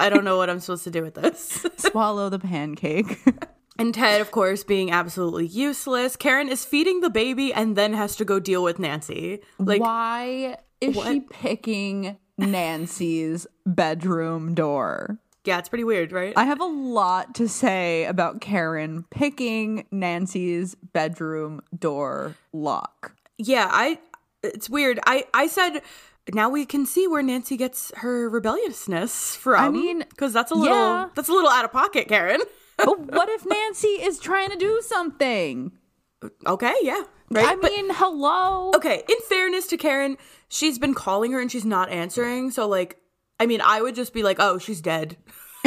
Speaker 1: I don't know what I'm supposed to do with this.
Speaker 2: swallow the pancake.
Speaker 1: And Ted, of course, being absolutely useless, Karen is feeding the baby and then has to go deal with Nancy. Like,
Speaker 2: Why is she picking Nancy's bedroom door?
Speaker 1: yeah, it's pretty weird, right?
Speaker 2: I have a lot to say about Karen picking Nancy's bedroom door lock.
Speaker 1: yeah, I. It's weird. I I said. Now we can see where Nancy gets her rebelliousness from.
Speaker 2: I mean,
Speaker 1: because that's a little
Speaker 2: yeah.
Speaker 1: that's a little out of pocket, Karen.
Speaker 2: But what if Nancy is trying to do something?
Speaker 1: Okay, yeah, right.
Speaker 2: I
Speaker 1: But-
Speaker 2: mean, hello.
Speaker 1: okay, in fairness to Karen, she's been calling her and she's not answering. So like, I mean, I would just be like, oh, she's dead.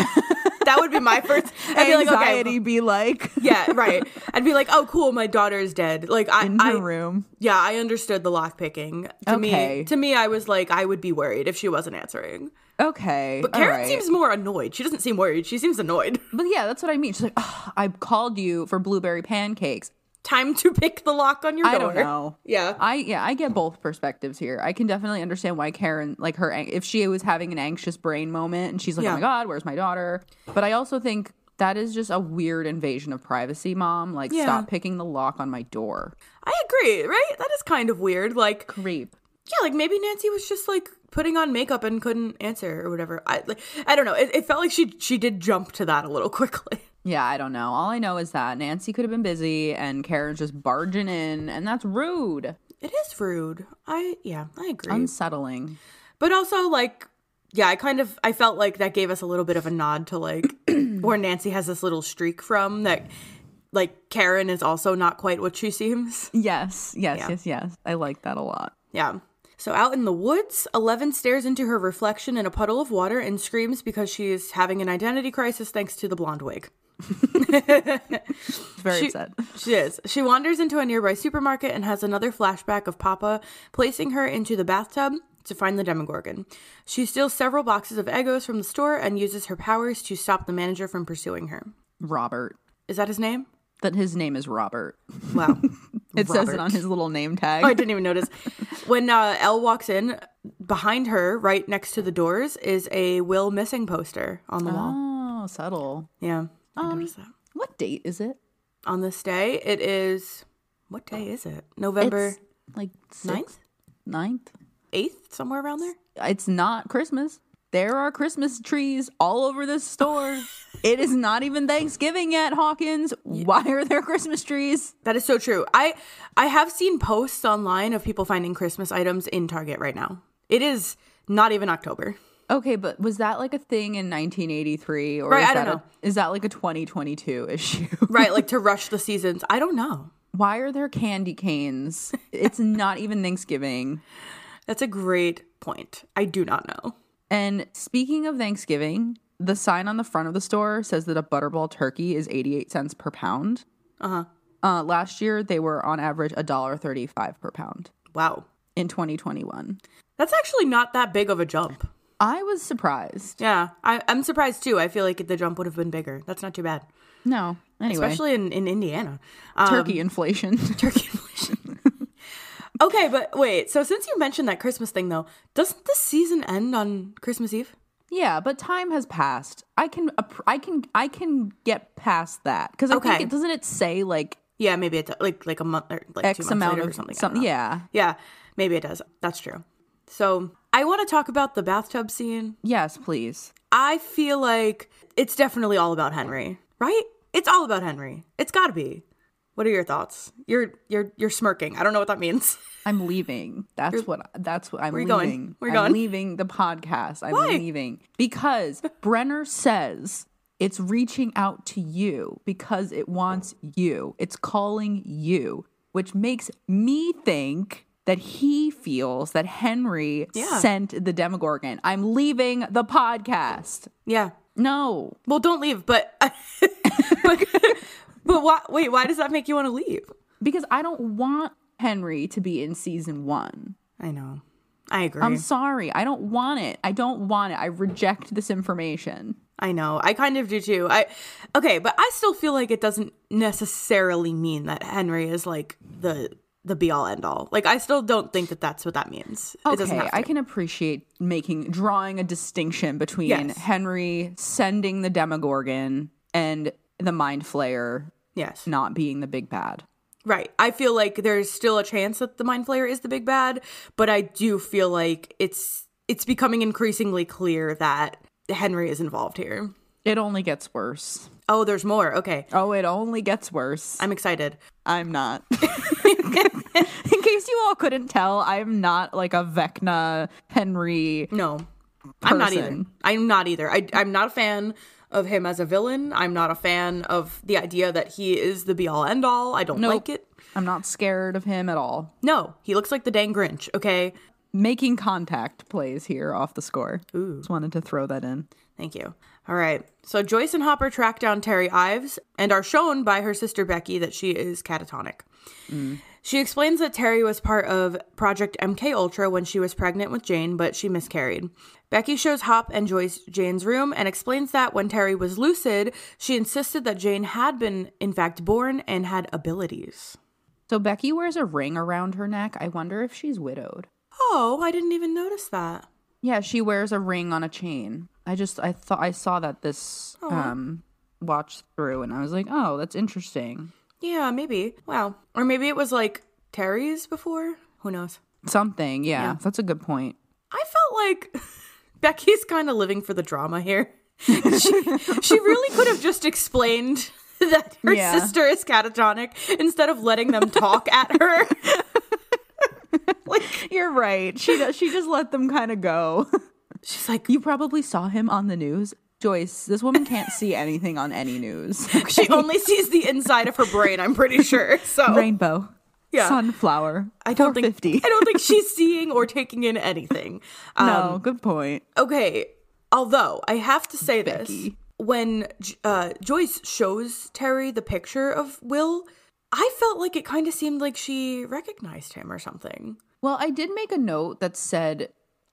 Speaker 1: that would be my first. I'd be like, okay,
Speaker 2: Anxiety be like
Speaker 1: Yeah, right. I'd be like, oh, cool, my daughter is dead. Like, I,
Speaker 2: in
Speaker 1: I
Speaker 2: her room.
Speaker 1: yeah, I understood the lock picking. To me,
Speaker 2: Okay.
Speaker 1: to me, I was like, I would be worried if she wasn't answering.
Speaker 2: Okay.
Speaker 1: But Karen seems more annoyed. She doesn't seem worried. She seems annoyed.
Speaker 2: But yeah, that's what I mean. She's like, "Ugh, I called you for blueberry pancakes.
Speaker 1: Time to pick the lock on your
Speaker 2: I
Speaker 1: door.
Speaker 2: don't know.
Speaker 1: Yeah.
Speaker 2: I yeah, I get both perspectives here. I can definitely understand why Karen like her ang- if she was having an anxious brain moment and she's like,
Speaker 1: Yeah.
Speaker 2: "Oh my god, where's my daughter?" But I also think that is just a weird invasion of privacy, mom. Like
Speaker 1: Yeah.
Speaker 2: stop picking the lock on my door.
Speaker 1: I agree, right? That is kind of weird. Like,
Speaker 2: Creep.
Speaker 1: yeah, like maybe Nancy was just like putting on makeup and couldn't answer or whatever. I like, I don't know. It, it felt like she she did jump to that a little quickly.
Speaker 2: Yeah, I don't know. All I know is that Nancy could have been busy and Karen's just barging in and that's rude.
Speaker 1: It is rude. I yeah, I agree.
Speaker 2: Unsettling.
Speaker 1: Um, but also like yeah i kind of i felt like that gave us a little bit of a nod to like where nancy has this little streak from that like karen is also not quite what she seems
Speaker 2: Yes, yes,
Speaker 1: Yeah.
Speaker 2: yes, yes. I like that a lot.
Speaker 1: yeah so out in the woods eleven stares into her reflection in a puddle of water and screams because she is having an identity crisis thanks to the blonde wig
Speaker 2: Very
Speaker 1: She-
Speaker 2: upset.
Speaker 1: She is. She wanders into a nearby supermarket and has another flashback of Papa placing her into the bathtub to find the Demogorgon. She steals several boxes of Egos from the store and uses her powers to stop the manager from pursuing her.
Speaker 2: Robert.
Speaker 1: Is that his name?
Speaker 2: That his name is Robert. Oh,
Speaker 1: Wow.
Speaker 2: It says it on
Speaker 1: Robert. Oh,
Speaker 2: his little name tag.
Speaker 1: I didn't even notice. When uh, Elle walks in, behind her, right next to the doors, is a Will missing poster on the wall.
Speaker 2: oh, Um, subtle.
Speaker 1: Yeah. I noticed that.
Speaker 2: What date is it?
Speaker 1: On this day, it is. What day is it? November
Speaker 2: It's like ninth?
Speaker 1: 9th?
Speaker 2: Ninth?
Speaker 1: 8th? Somewhere around there?
Speaker 2: It's not Christmas. There are Christmas trees all over this store. it is not even Thanksgiving yet, Hawkins. Why are there Christmas trees?
Speaker 1: That is so true. I I have seen posts online of people finding Christmas items in Target right now. It is not even October.
Speaker 2: Okay, but was that like a thing in 1983 or
Speaker 1: Right,
Speaker 2: is,
Speaker 1: I don't
Speaker 2: that a-
Speaker 1: know.
Speaker 2: is that like a 2022 issue?
Speaker 1: Right, like to rush the seasons. I don't know.
Speaker 2: Why are there candy canes? It's not even Thanksgiving.
Speaker 1: That's a great point. I do not know.
Speaker 2: And speaking of Thanksgiving, the sign on the front of the store says that a butterball turkey is 88 cents per pound. Uh-huh. last year they were on average $1.35 per pound
Speaker 1: Wow.
Speaker 2: in 2021.
Speaker 1: That's actually not that big of a jump.
Speaker 2: I was surprised.
Speaker 1: Yeah, I, I'm surprised too. I feel like the jump would have been bigger. That's not too bad,
Speaker 2: No. Anyway,
Speaker 1: especially in, in Indiana. Um,
Speaker 2: turkey inflation.
Speaker 1: turkey inflation. Okay, but wait. So since you mentioned that Christmas thing, though, doesn't the season end on Christmas Eve?
Speaker 2: Yeah, but time has passed. I can appr- I can I can get past that because I
Speaker 1: Okay.
Speaker 2: think it, doesn't it say like
Speaker 1: Yeah, maybe it do- like like a month or like two
Speaker 2: X
Speaker 1: months
Speaker 2: amount
Speaker 1: later
Speaker 2: of
Speaker 1: or something. I don't
Speaker 2: something?
Speaker 1: know.
Speaker 2: Yeah,
Speaker 1: yeah, maybe it does. That's true. So I want to talk about the bathtub scene.
Speaker 2: yes, please.
Speaker 1: I feel like it's definitely all about Henry, right? It's all about Henry. It's got to be. What are your thoughts? You're you're you're smirking. I don't know what that means.
Speaker 2: I'm leaving. That's what that's what I'm
Speaker 1: Where you going?
Speaker 2: leaving.
Speaker 1: Where you
Speaker 2: I'm
Speaker 1: going?
Speaker 2: leaving the podcast. I'm
Speaker 1: Why?
Speaker 2: leaving because Brenner says it's reaching out to you because it wants you. It's calling you, which makes me think that he feels that Henry
Speaker 1: Yeah.
Speaker 2: sent the Demogorgon. I'm leaving the podcast.
Speaker 1: Yeah.
Speaker 2: No.
Speaker 1: Well, don't leave, but but, but why, wait, why does that make you want to leave?
Speaker 2: because I don't want Henry to be in season one.
Speaker 1: I know. I agree.
Speaker 2: I'm sorry. I don't want it. I don't want it. I reject this information.
Speaker 1: I know. I kind of do too. I okay, but I still feel like it doesn't necessarily mean that Henry is like the the be all end all. Like I still don't think that that's what that means. it doesn't
Speaker 2: Okay,
Speaker 1: have to.
Speaker 2: I can appreciate making drawing a distinction between
Speaker 1: Yes.
Speaker 2: Henry sending the Demogorgon and the Mind Flayer
Speaker 1: yes.
Speaker 2: not being the big bad.
Speaker 1: Right. I feel like there's still a chance that the mind flayer is the big bad, but I do feel like it's it's becoming increasingly clear that Henry is involved here.
Speaker 2: It only gets worse.
Speaker 1: Oh, there's more. Okay.
Speaker 2: Oh, it only gets worse.
Speaker 1: I'm excited.
Speaker 2: I'm not. in case you all couldn't tell, I'm not like a Vecna Henry.
Speaker 1: No. I'm not either.
Speaker 2: Person.
Speaker 1: I'm not either. I I'm not a fan of him as a villain. I'm not a fan of the idea that he is the be all end all. I don't like it.
Speaker 2: I'm not scared of him at all.
Speaker 1: No, he looks like the dang Grinch, okay?
Speaker 2: making contact plays here off the score. Just wanted to throw that in.
Speaker 1: Thank you. All right. So Joyce and Hopper track down Terry Ives and are shown by her sister Becky that she is catatonic. She explains that Terry was part of Project MK Ultra when she was pregnant with Jane, but she miscarried. Becky shows Hop and Joyce Jane's room and explains that when Terry was lucid, she insisted that Jane had been in fact born and had abilities.
Speaker 2: So Becky wears a ring around her neck. I wonder if she's widowed.
Speaker 1: Oh, I didn't even notice that.
Speaker 2: Yeah, she wears a ring on a chain. I just I thought I saw that this um watch through and I was like, "Oh, that's interesting."
Speaker 1: Yeah, maybe. Wow. Or maybe it was like Terry's before. Who knows?
Speaker 2: Something. Yeah, that's a good point.
Speaker 1: I felt like Becky's kind of living for the drama here. she, she really could have just explained that her
Speaker 2: Yeah.
Speaker 1: sister is catatonic instead of letting them talk at her. like
Speaker 2: You're right. She does, she just let them kind of go.
Speaker 1: she's like
Speaker 2: you probably saw him on the news. Joyce, this woman can't see anything on any news.
Speaker 1: she only sees the inside of her brain, I'm pretty sure. So
Speaker 2: Rainbow.
Speaker 1: Yeah.
Speaker 2: Sunflower.
Speaker 1: I don't think
Speaker 2: 450.
Speaker 1: I don't think she's seeing or taking in anything.
Speaker 2: no, good point.
Speaker 1: Okay. Although I have to say this,
Speaker 2: Becky.
Speaker 1: when J- uh, Joyce shows Terry the picture of Will, I felt like it kind of seemed like she recognized him or something.
Speaker 2: Well, I did make a note that said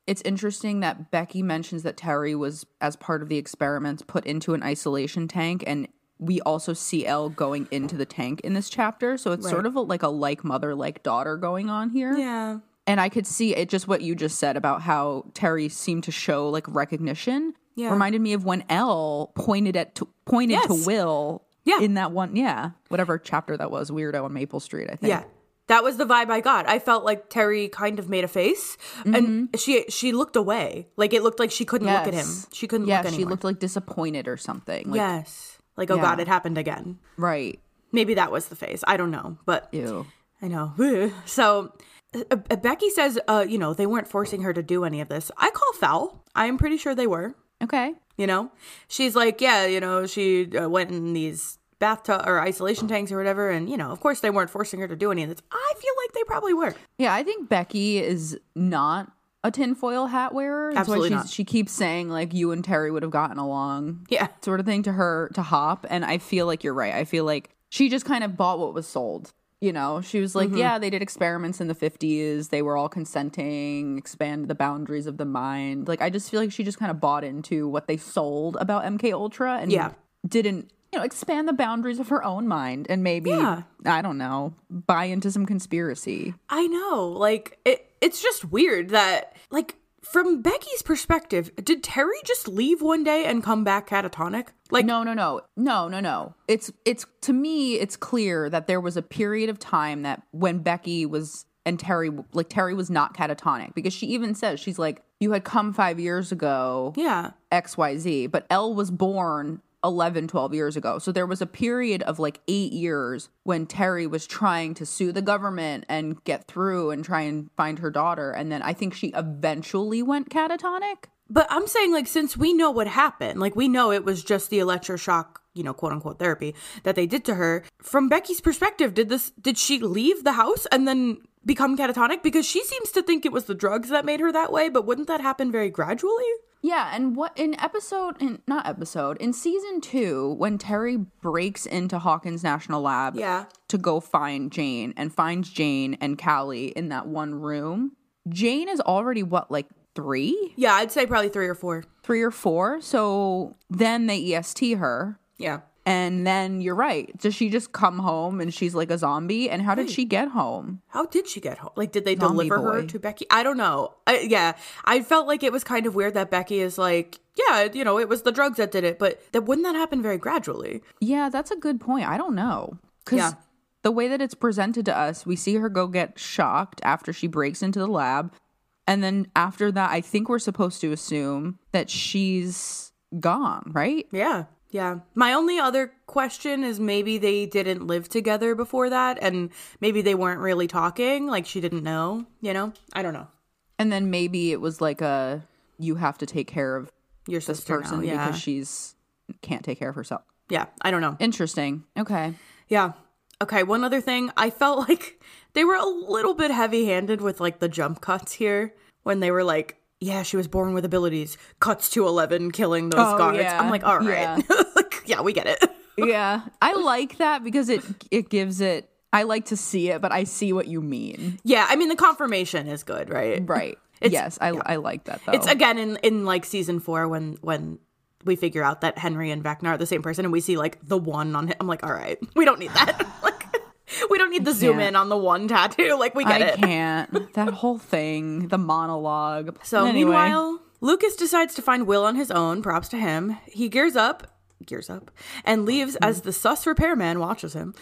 Speaker 2: it's interesting that Becky mentions that Terry was, as part of the experiments, put into an isolation tank, and we also see Elle going into the tank in this chapter. So it's sort of a, like a like mother, like daughter going on here.
Speaker 1: Yeah.
Speaker 2: And I could see it just what you just said about how Terry seemed to show like recognition.
Speaker 1: Yeah.
Speaker 2: Reminded me of when Elle pointed at to, pointed
Speaker 1: Yes.
Speaker 2: to Will.
Speaker 1: Yeah.
Speaker 2: In that one, yeah, whatever chapter that was, weirdo on Maple Street, I think.
Speaker 1: Yeah. That was the vibe I got. I felt like Terry kind of made a face and she she looked away. Like it looked like she couldn't look at him.
Speaker 2: Mm-hmm. Yes.
Speaker 1: She couldn't
Speaker 2: yeah,
Speaker 1: look anymore.
Speaker 2: she looked like disappointed or something. Like,
Speaker 1: yes. Like oh
Speaker 2: Yeah.
Speaker 1: god, it happened again.
Speaker 2: Right.
Speaker 1: Maybe that was the face. I don't know, but
Speaker 2: Ew.
Speaker 1: I know. Ugh. So uh, uh, Becky says, uh, you know, they weren't forcing her to do any of this. I call foul. I'm pretty sure they were.
Speaker 2: Okay.
Speaker 1: You know, she's like, yeah, you know, she uh, went in these bathtub or isolation tanks or whatever, and you know, of course they weren't forcing her to do any of this. I feel like they probably were.
Speaker 2: Yeah, I think Becky is not a tinfoil hat wearer. That's
Speaker 1: Absolutely
Speaker 2: why she's,
Speaker 1: not.
Speaker 2: she keeps saying like you and Terry would have gotten along.
Speaker 1: Yeah.
Speaker 2: Sort of thing to her to hop. And I feel like you're right. I feel like she just kind of bought what was sold. You know, she was
Speaker 1: Mm-hmm.
Speaker 2: like, Yeah, they did experiments in the fifties, they were all consenting, expand the boundaries of the mind. Like I just feel like she just kind of bought into what they sold about MK Ultra and
Speaker 1: Yeah.
Speaker 2: didn't you know expand the boundaries of her own mind and maybe
Speaker 1: Yeah.
Speaker 2: I don't know buy into some conspiracy.
Speaker 1: I know. Like it it's just weird that like from Becky's perspective, did Terry just leave one day and come back catatonic? Like
Speaker 2: No, no, no. No, no, no. It's it's to me it's clear that there was a period of time that when Becky was and Terry like Terry was not catatonic because she even says she's like you had come 5 years ago
Speaker 1: yeah.
Speaker 2: XYZ, but Elle was born 11, 12 years ago. So there was a period of like eight years when Terry was trying to sue the government and get through and try and find her daughter. And then I think she eventually went catatonic.
Speaker 1: But I'm saying like since we know what happened, like we know it was just the electroshock, you know, quote unquote therapy that they did to her. From Becky's perspective, did this did she leave the house and then become catatonic because she seems to think it was the drugs that made her that way, but wouldn't that happen very gradually?
Speaker 2: Yeah, and what in episode in not episode in season two when Terry breaks into Hawkins National Lab
Speaker 1: Yeah.
Speaker 2: to go find Jane and finds Jane and Callie in that one room. Jane is already what like three?
Speaker 1: Yeah, I'd say probably 3 or 4.
Speaker 2: three or four. So then they EST her.
Speaker 1: Yeah.
Speaker 2: And then you're right. Does she just come home and she's like a zombie? And how did she get home?
Speaker 1: How did she get home? Like, did they
Speaker 2: Zombie
Speaker 1: deliver her
Speaker 2: boy.
Speaker 1: to Becky? I don't know. I, yeah, I felt like it was kind of weird that Becky is like, yeah, you know, it was the drugs that did it, but that wouldn't that happen very gradually?
Speaker 2: Yeah, that's a good point. I don't know. Because
Speaker 1: Yeah.
Speaker 2: the way that it's presented to us, we see her go get shocked after she breaks into the lab. And then after that, I think we're supposed to assume that she's gone, right?
Speaker 1: Yeah, yeah. My only other question is maybe they didn't live together before that, and maybe they weren't really talking. Like she didn't know. You know, I don't know.
Speaker 2: And then maybe it was like a you have to take care of
Speaker 1: Your
Speaker 2: this
Speaker 1: sister, now,
Speaker 2: person
Speaker 1: yeah,
Speaker 2: because she's can't take care of herself.
Speaker 1: yeah. I don't know.
Speaker 2: Interesting. Okay.
Speaker 1: Yeah. Okay, one other thing. I felt like they were a little bit heavy handed with like the jump cuts here when they were like, yeah, she was born with abilities, cuts to 11, killing those
Speaker 2: Oh,
Speaker 1: guards.
Speaker 2: yeah.
Speaker 1: I'm like, all right.
Speaker 2: Yeah.
Speaker 1: Like, yeah, we get it.
Speaker 2: yeah i like that because it it gives it i like to see it but i see what you mean
Speaker 1: Yeah, I mean, the confirmation is good, right?
Speaker 2: right yes I, I like that though
Speaker 1: It's again in, in like season four when, when we figure out that Henry and Vecna are the same person and we see like the one on him. I'm like, all right, we don't need that. like, we don't need the zoom
Speaker 2: can't.
Speaker 1: in on the one tattoo. Like, we get
Speaker 2: i
Speaker 1: it.
Speaker 2: can't that whole thing the monologue
Speaker 1: So
Speaker 2: Anyway.
Speaker 1: meanwhile, Lucas decides to find Will on his own. Props to him. He gears up, gears up, and leaves as the sus repairman watches him.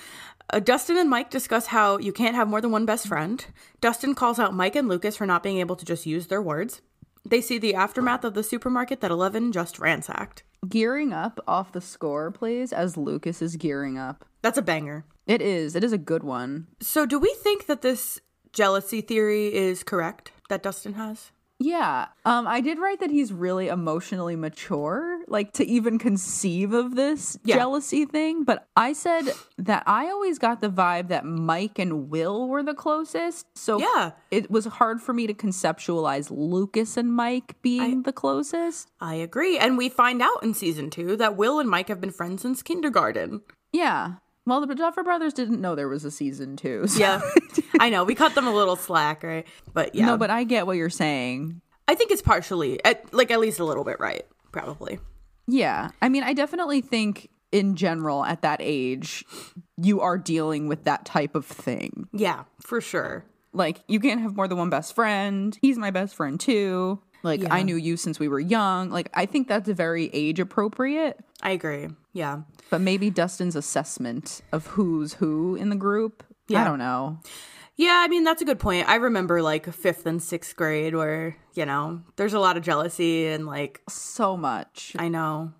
Speaker 1: Uh, Dustin and Mike discuss how you can't have more than one best friend. Dustin calls out Mike and Lucas for not being able to just use their words. They see the aftermath of the supermarket that Eleven just ransacked.
Speaker 2: gearing up off the score plays as lucas is gearing up
Speaker 1: That's a banger.
Speaker 2: it is it is a good one
Speaker 1: So, do we think that this jealousy theory is correct that Dustin has?
Speaker 2: yeah um i did write that he's really emotionally mature like to even conceive of this
Speaker 1: Yeah.
Speaker 2: jealousy thing but i said that i always got the vibe that mike and will were the closest so
Speaker 1: Yeah.
Speaker 2: it was hard for me to conceptualize Lucas and Mike being the closest.
Speaker 1: I agree. And we find out in season two that Will and Mike have been friends since kindergarten.
Speaker 2: Yeah. Well, the Duffer Brothers didn't know there was a season two. so-
Speaker 1: Yeah. I know. We cut them a little slack, right? But yeah.
Speaker 2: No, but I get what you're saying.
Speaker 1: I think it's partially, at, like, at least a little bit right, probably.
Speaker 2: Yeah. I mean, I definitely think in general at that age, you are dealing with that type of thing.
Speaker 1: Yeah, for sure.
Speaker 2: Like, you can't have more than one best friend. He's my best friend too. Like, I knew you since we were young. Like, I think that's very age appropriate.
Speaker 1: I agree. Yeah.
Speaker 2: But maybe Dustin's assessment of who's who in the group. I don't know.
Speaker 1: Yeah, I mean, that's a good point. I remember, like, fifth and sixth grade where, you know, there's a lot of jealousy and, like,
Speaker 2: So much.
Speaker 1: I know.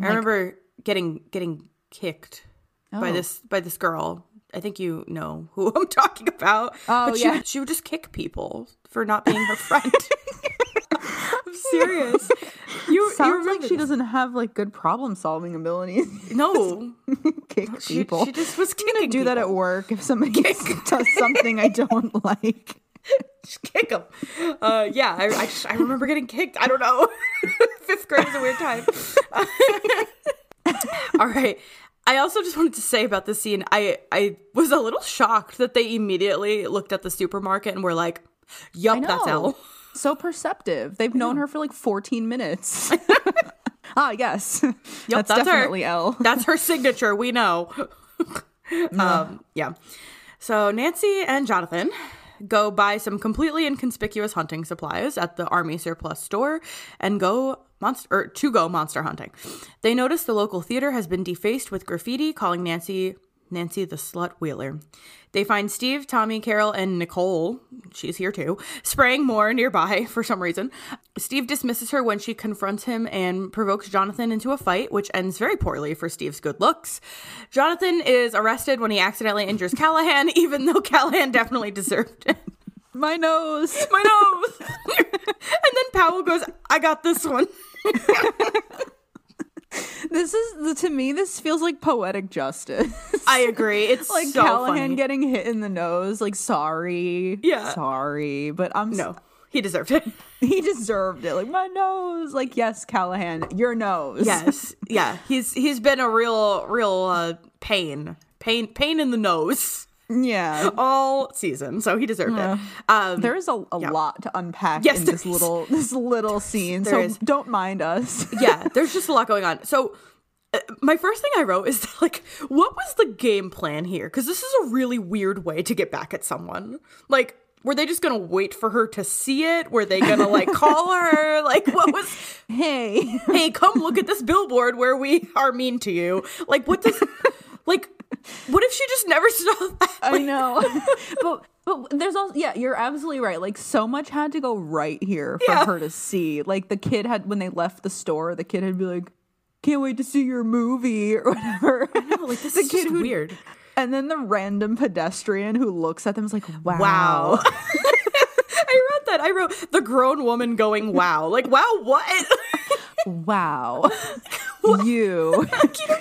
Speaker 1: I remember getting getting kicked by
Speaker 2: Oh.
Speaker 1: this by this girl. I think you know who I'm talking about.
Speaker 2: Oh,
Speaker 1: but she
Speaker 2: yeah.
Speaker 1: would, she would just kick people for not being her friend. I'm serious. You, you
Speaker 2: Sounds
Speaker 1: remember
Speaker 2: like she doesn't have like good problem solving abilities.
Speaker 1: no
Speaker 2: Kick
Speaker 1: she,
Speaker 2: people.
Speaker 1: she just was
Speaker 2: I'm gonna
Speaker 1: kicking
Speaker 2: Oh, do that at work if somebody does something I don't like.
Speaker 1: Just kick them. Uh, yeah, I, I, just- I remember getting kicked. I don't know. Fifth grade is a weird time. All right. I also just wanted to say about this scene. I I was a little shocked that they immediately looked at the supermarket and were like, "Yup, that's
Speaker 2: No.
Speaker 1: Elle."
Speaker 2: So perceptive. They've known her for like 14 minutes. Ah, yes. that's,
Speaker 1: that's her.
Speaker 2: definitely L.
Speaker 1: That's her signature. We know. um, yeah. So Nancy and Jonathan go buy some completely inconspicuous hunting supplies at the army surplus store and go monster or to go monster hunting. They notice the local theater has been defaced with graffiti calling Nancy Nancy the slut wheeler. They find Steve, Tommy, Carol, and Nicole, she's here too, spraying more nearby for some reason. Steve dismisses her when she confronts him and provokes Jonathan into a fight, which ends very poorly for Steve's good looks. Jonathan is arrested when he accidentally injures Callahan, even though Callahan definitely deserved it.
Speaker 2: My nose.
Speaker 1: My nose! and then Powell goes, I got this one.
Speaker 2: This is to me. This feels like poetic justice.
Speaker 1: I agree. It's
Speaker 2: like
Speaker 1: so
Speaker 2: Callahan
Speaker 1: funny.
Speaker 2: getting hit in the nose. Like sorry.
Speaker 1: Yeah.
Speaker 2: Sorry, but I'm s-
Speaker 1: No, he deserved it.
Speaker 2: He deserved it. Like my nose. Like yes, Callahan, your nose.
Speaker 1: Yes, yeah. He's he's been a real real uh, pain, pain, pain in the nose
Speaker 2: Yeah.
Speaker 1: all season. So he deserved it. Um,
Speaker 2: There is a, a
Speaker 1: Yeah.
Speaker 2: lot to unpack
Speaker 1: Yes,
Speaker 2: in
Speaker 1: there
Speaker 2: this
Speaker 1: is.
Speaker 2: little this little scene.
Speaker 1: There
Speaker 2: so
Speaker 1: is.
Speaker 2: don't mind us.
Speaker 1: yeah, there's just a lot going on. So. uh, My first thing I wrote is like, what was the game plan here? Because this is a really weird way to get back at someone. Like, were they just gonna wait for her to see it? Were they gonna like call her? Like, what was?
Speaker 2: Hey.
Speaker 1: Hey, come look at this billboard where we are mean to you. Like, what does? Like, what if she just never saw that?
Speaker 2: I know. but but there's also yeah, you're absolutely right. Like so much had to go right here for
Speaker 1: Yeah.
Speaker 2: her to see. Like the kid had when they left the store, the kid had be like, Can't wait to see your movie or whatever.
Speaker 1: like this
Speaker 2: the
Speaker 1: is
Speaker 2: kid
Speaker 1: just
Speaker 2: who-
Speaker 1: weird.
Speaker 2: And then the random pedestrian who looks at them is like, Wow.
Speaker 1: Wow. I wrote that. I wrote the grown woman going, "Wow!" Like, wow, what?
Speaker 2: Wow. You.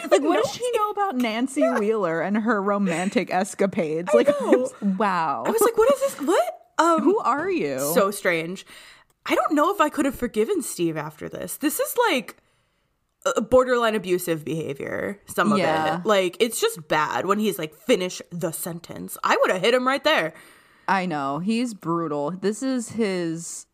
Speaker 2: like, what does she know about Nancy Wheeler and her romantic escapades? Like,
Speaker 1: know.
Speaker 2: wow.
Speaker 1: I was like, "What is this? What?" Um,
Speaker 2: Who are you?
Speaker 1: so strange. I don't know if I could have forgiven Steve after this. This is like uh, borderline abusive behavior. Some of
Speaker 2: Yeah.
Speaker 1: it, like, it's just bad when he's like, "Finish the sentence." I would have hit him right there.
Speaker 2: I know. He's brutal. This is his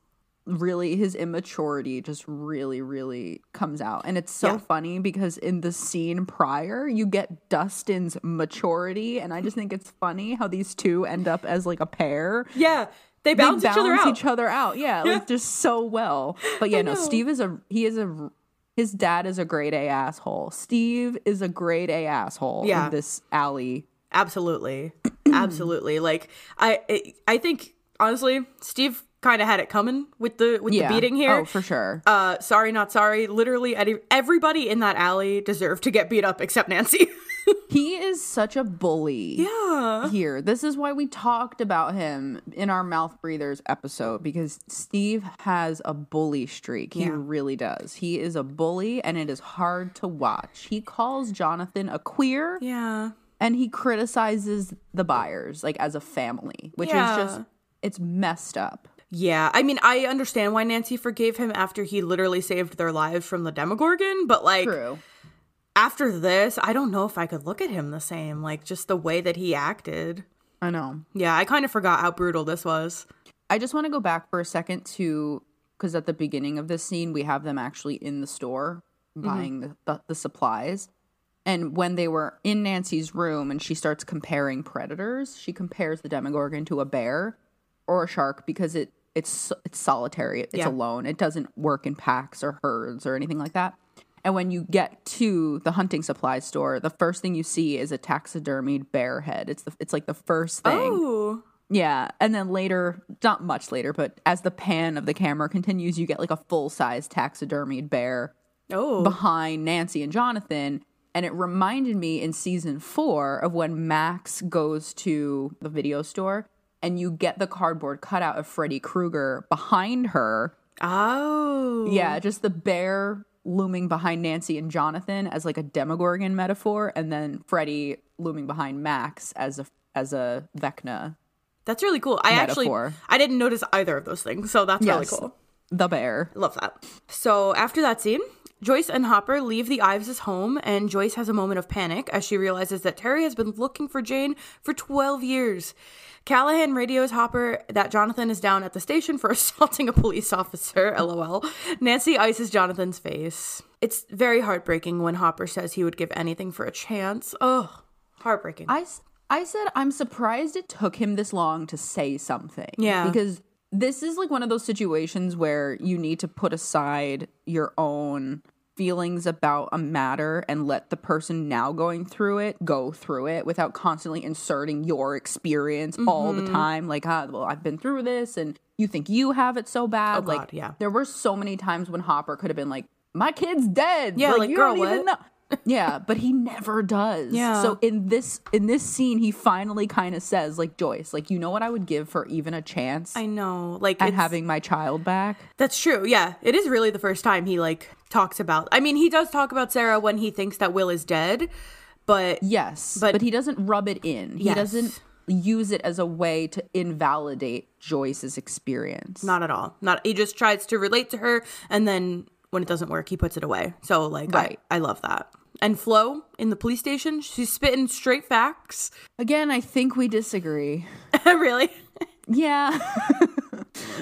Speaker 2: really his immaturity just really really comes out and it's so
Speaker 1: Yeah.
Speaker 2: funny because in the scene prior you get Dustin's maturity and I just think it's funny how these two end up as like a pair
Speaker 1: Yeah, they
Speaker 2: they
Speaker 1: balance, each other out.
Speaker 2: out. Yeah, like just so well. But yeah, no,
Speaker 1: know.
Speaker 2: Steve is a he is a his dad is a grade A asshole. Steve is a grade A asshole
Speaker 1: Yeah.
Speaker 2: in this alley.
Speaker 1: Absolutely. Absolutely. Like I I- I think honestly, Steve kind of had it coming with the with
Speaker 2: Yeah.
Speaker 1: the beating here.
Speaker 2: Oh, for sure.
Speaker 1: Uh sorry not sorry. Literally any- everybody in that alley deserved to get beat up except Nancy.
Speaker 2: He is such a bully.
Speaker 1: yeah.
Speaker 2: Here. This is why we talked about him in our mouth breathers episode because Steve has a bully streak. He
Speaker 1: Yeah.
Speaker 2: really does. He is a bully and it is hard to watch. He calls Jonathan a queer.
Speaker 1: Yeah.
Speaker 2: and he criticizes the buyers like as a family which
Speaker 1: Yeah.
Speaker 2: is just it's messed up
Speaker 1: Yeah, I mean, I understand why Nancy forgave him after he literally saved their lives from the Demogorgon, but like
Speaker 2: true
Speaker 1: after this, I don't know if I could look at him the same. Like just the way that he acted.
Speaker 2: i know
Speaker 1: Yeah, I kind of forgot how brutal this was.
Speaker 2: i just want to go back for a second to because at the beginning of this scene we have them actually in the store buying the, the, the supplies and when they were in nancy's room and she starts comparing predators she compares the demogorgon to a bear or a shark because it it's it's solitary it's
Speaker 1: Yeah.
Speaker 2: alone it doesn't work in packs or herds or anything like that and when you get to the hunting supply store the first thing you see is a taxidermied bear head it's the it's like the first thing Oh.
Speaker 1: Ooh.
Speaker 2: yeah and then later not much later but as the pan of the camera continues you get like a full size taxidermied bear
Speaker 1: Oh.
Speaker 2: behind Nancy and Jonathan. And it reminded me in season four of when Max goes to the video store and you get the cardboard cutout of Freddy Krueger behind her.
Speaker 1: Oh.
Speaker 2: Yeah, just the bear looming behind Nancy and Jonathan as like a demogorgon metaphor, and then Freddy looming behind Max as a as a Vecna.
Speaker 1: That's really cool. I
Speaker 2: Metaphor.
Speaker 1: actually I didn't notice either of those things, so that's really
Speaker 2: Yes.
Speaker 1: cool.
Speaker 2: The bear.
Speaker 1: Love that. So after that scene, Joyce and Hopper leave the Ives' home, and Joyce has a moment of panic as she realizes that Terry has been looking for Jane for 12 years. Callahan radios Hopper that Jonathan is down at the station for assaulting a police officer, lol. Nancy ices Jonathan's face. It's very heartbreaking when Hopper says he would give anything for a chance. Oh, heartbreaking.
Speaker 2: I, s- I said I'm surprised it took him this long to say something.
Speaker 1: Yeah.
Speaker 2: Because this is like one of those situations where you need to put aside your own feelings about a matter and let the person now going through it go through it without constantly inserting your experience all
Speaker 1: Mm-hmm.
Speaker 2: the time like ah well I've been through this and you think you have it so bad
Speaker 1: Oh,
Speaker 2: like
Speaker 1: God, yeah.
Speaker 2: there were so many times when Hopper could have been like my kid's dead
Speaker 1: Yeah, like,
Speaker 2: you
Speaker 1: girl,
Speaker 2: don't
Speaker 1: what?
Speaker 2: even know yeah, but he never does.
Speaker 1: Yeah.
Speaker 2: So in this in this scene, he finally kind of says, like Joyce, like you know what I would give for even a chance
Speaker 1: I know. Like,
Speaker 2: at
Speaker 1: it's-
Speaker 2: having my child back.
Speaker 1: That's true. Yeah. It is really the first time he like talks about. I mean, he does talk about Sarah when he thinks that Will is dead, but
Speaker 2: Yes,
Speaker 1: But-
Speaker 2: but, he doesn't rub it in. He
Speaker 1: Yes.
Speaker 2: doesn't use it as a way to invalidate Joyce's experience.
Speaker 1: not at all. Not he just tries to relate to her and then when it doesn't work, he puts it away. So like
Speaker 2: Right.
Speaker 1: I, I love that. And Flo in the police station, she's spitting straight facts.
Speaker 2: Again, I think we disagree.
Speaker 1: really?
Speaker 2: Yeah.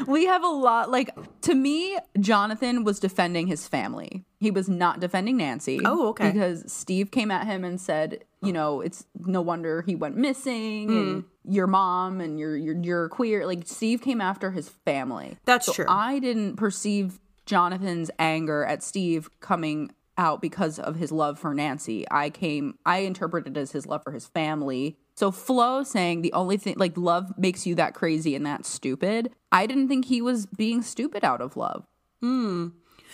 Speaker 2: we have a lot like to me Jonathan was defending his family. He was not defending Nancy.
Speaker 1: Oh, okay.
Speaker 2: Because Steve came at him and said, you know, it's no wonder he went missing
Speaker 1: Mm.
Speaker 2: and your mom and you're you're you're queer. Like Steve came after his family.
Speaker 1: That's
Speaker 2: So
Speaker 1: true.
Speaker 2: I didn't perceive Jonathan's anger at Steve coming out because of his love for Nancy. I came, I interpreted it as his love for his family. So Flo saying the only thing, like, love makes you that crazy and that stupid. I didn't think he was being stupid out of love
Speaker 1: Hmm.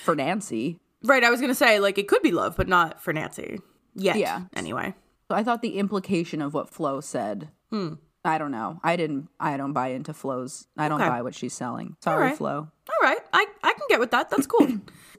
Speaker 2: for Nancy.
Speaker 1: Right, I was going to say like it could be love, but not for Nancy. Yet.
Speaker 2: Yeah.
Speaker 1: Anyway.
Speaker 2: So I thought the implication of what Flo said.
Speaker 1: Hmm.
Speaker 2: I don't know. I didn't. I don't buy into Flo's. I don't
Speaker 1: Okay.
Speaker 2: buy what she's selling. Sorry,
Speaker 1: right.
Speaker 2: Flo.
Speaker 1: All right. I I can get with that. That's cool.